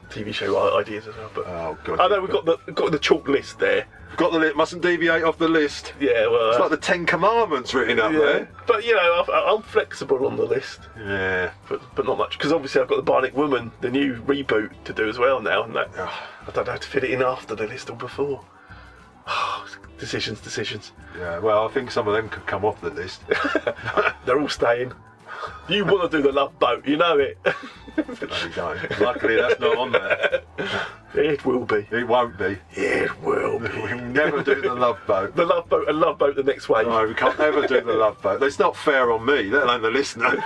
C: TV show ideas as well. But
D: oh god!
C: I know we've got the we've got the chalk list there.
D: We've got the list. Mustn't deviate off the list.
C: Yeah, well, uh,
D: it's like the Ten Commandments written up
C: yeah.
D: there.
C: But you know, I've, I'm flexible on the list,
D: Yeah.
C: but but not much because obviously I've got the Bionic Woman, the new reboot to do as well now, and that I don't know how to fit it in after the list or before. Oh, decisions, decisions.
D: Yeah. Well, I think some of them could come off the list.
C: They're all staying. You want to do the Love Boat, you know it.
D: Bloody don't. Luckily, that's not on there.
C: It will be.
D: It won't be.
C: It will be.
D: We'll never do the love boat.
C: The love boat and love boat the next way.
D: No, we can't ever do the love boat. It's not fair on me, let alone the listener.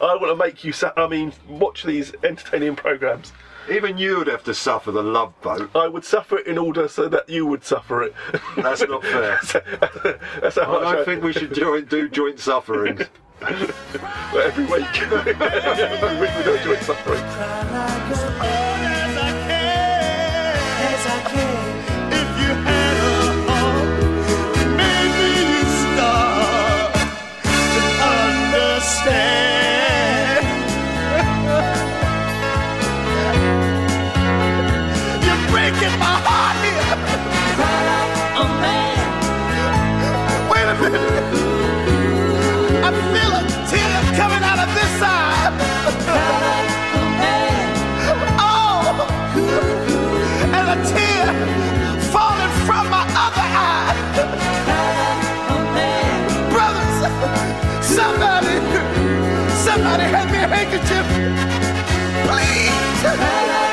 C: I want to make you. Sa- I mean, watch these entertaining programs.
D: Even you would have to suffer the love boat.
C: I would suffer it in order so that you would suffer it.
D: That's not fair.
C: That's how
D: I
C: much
D: don't think we should join, do joint sufferings.
C: every week. every week we don't join suffering.
I: Coming out of this side. Oh, and a tear falling from my other eye. Brothers, somebody, somebody hand me a handkerchief, please.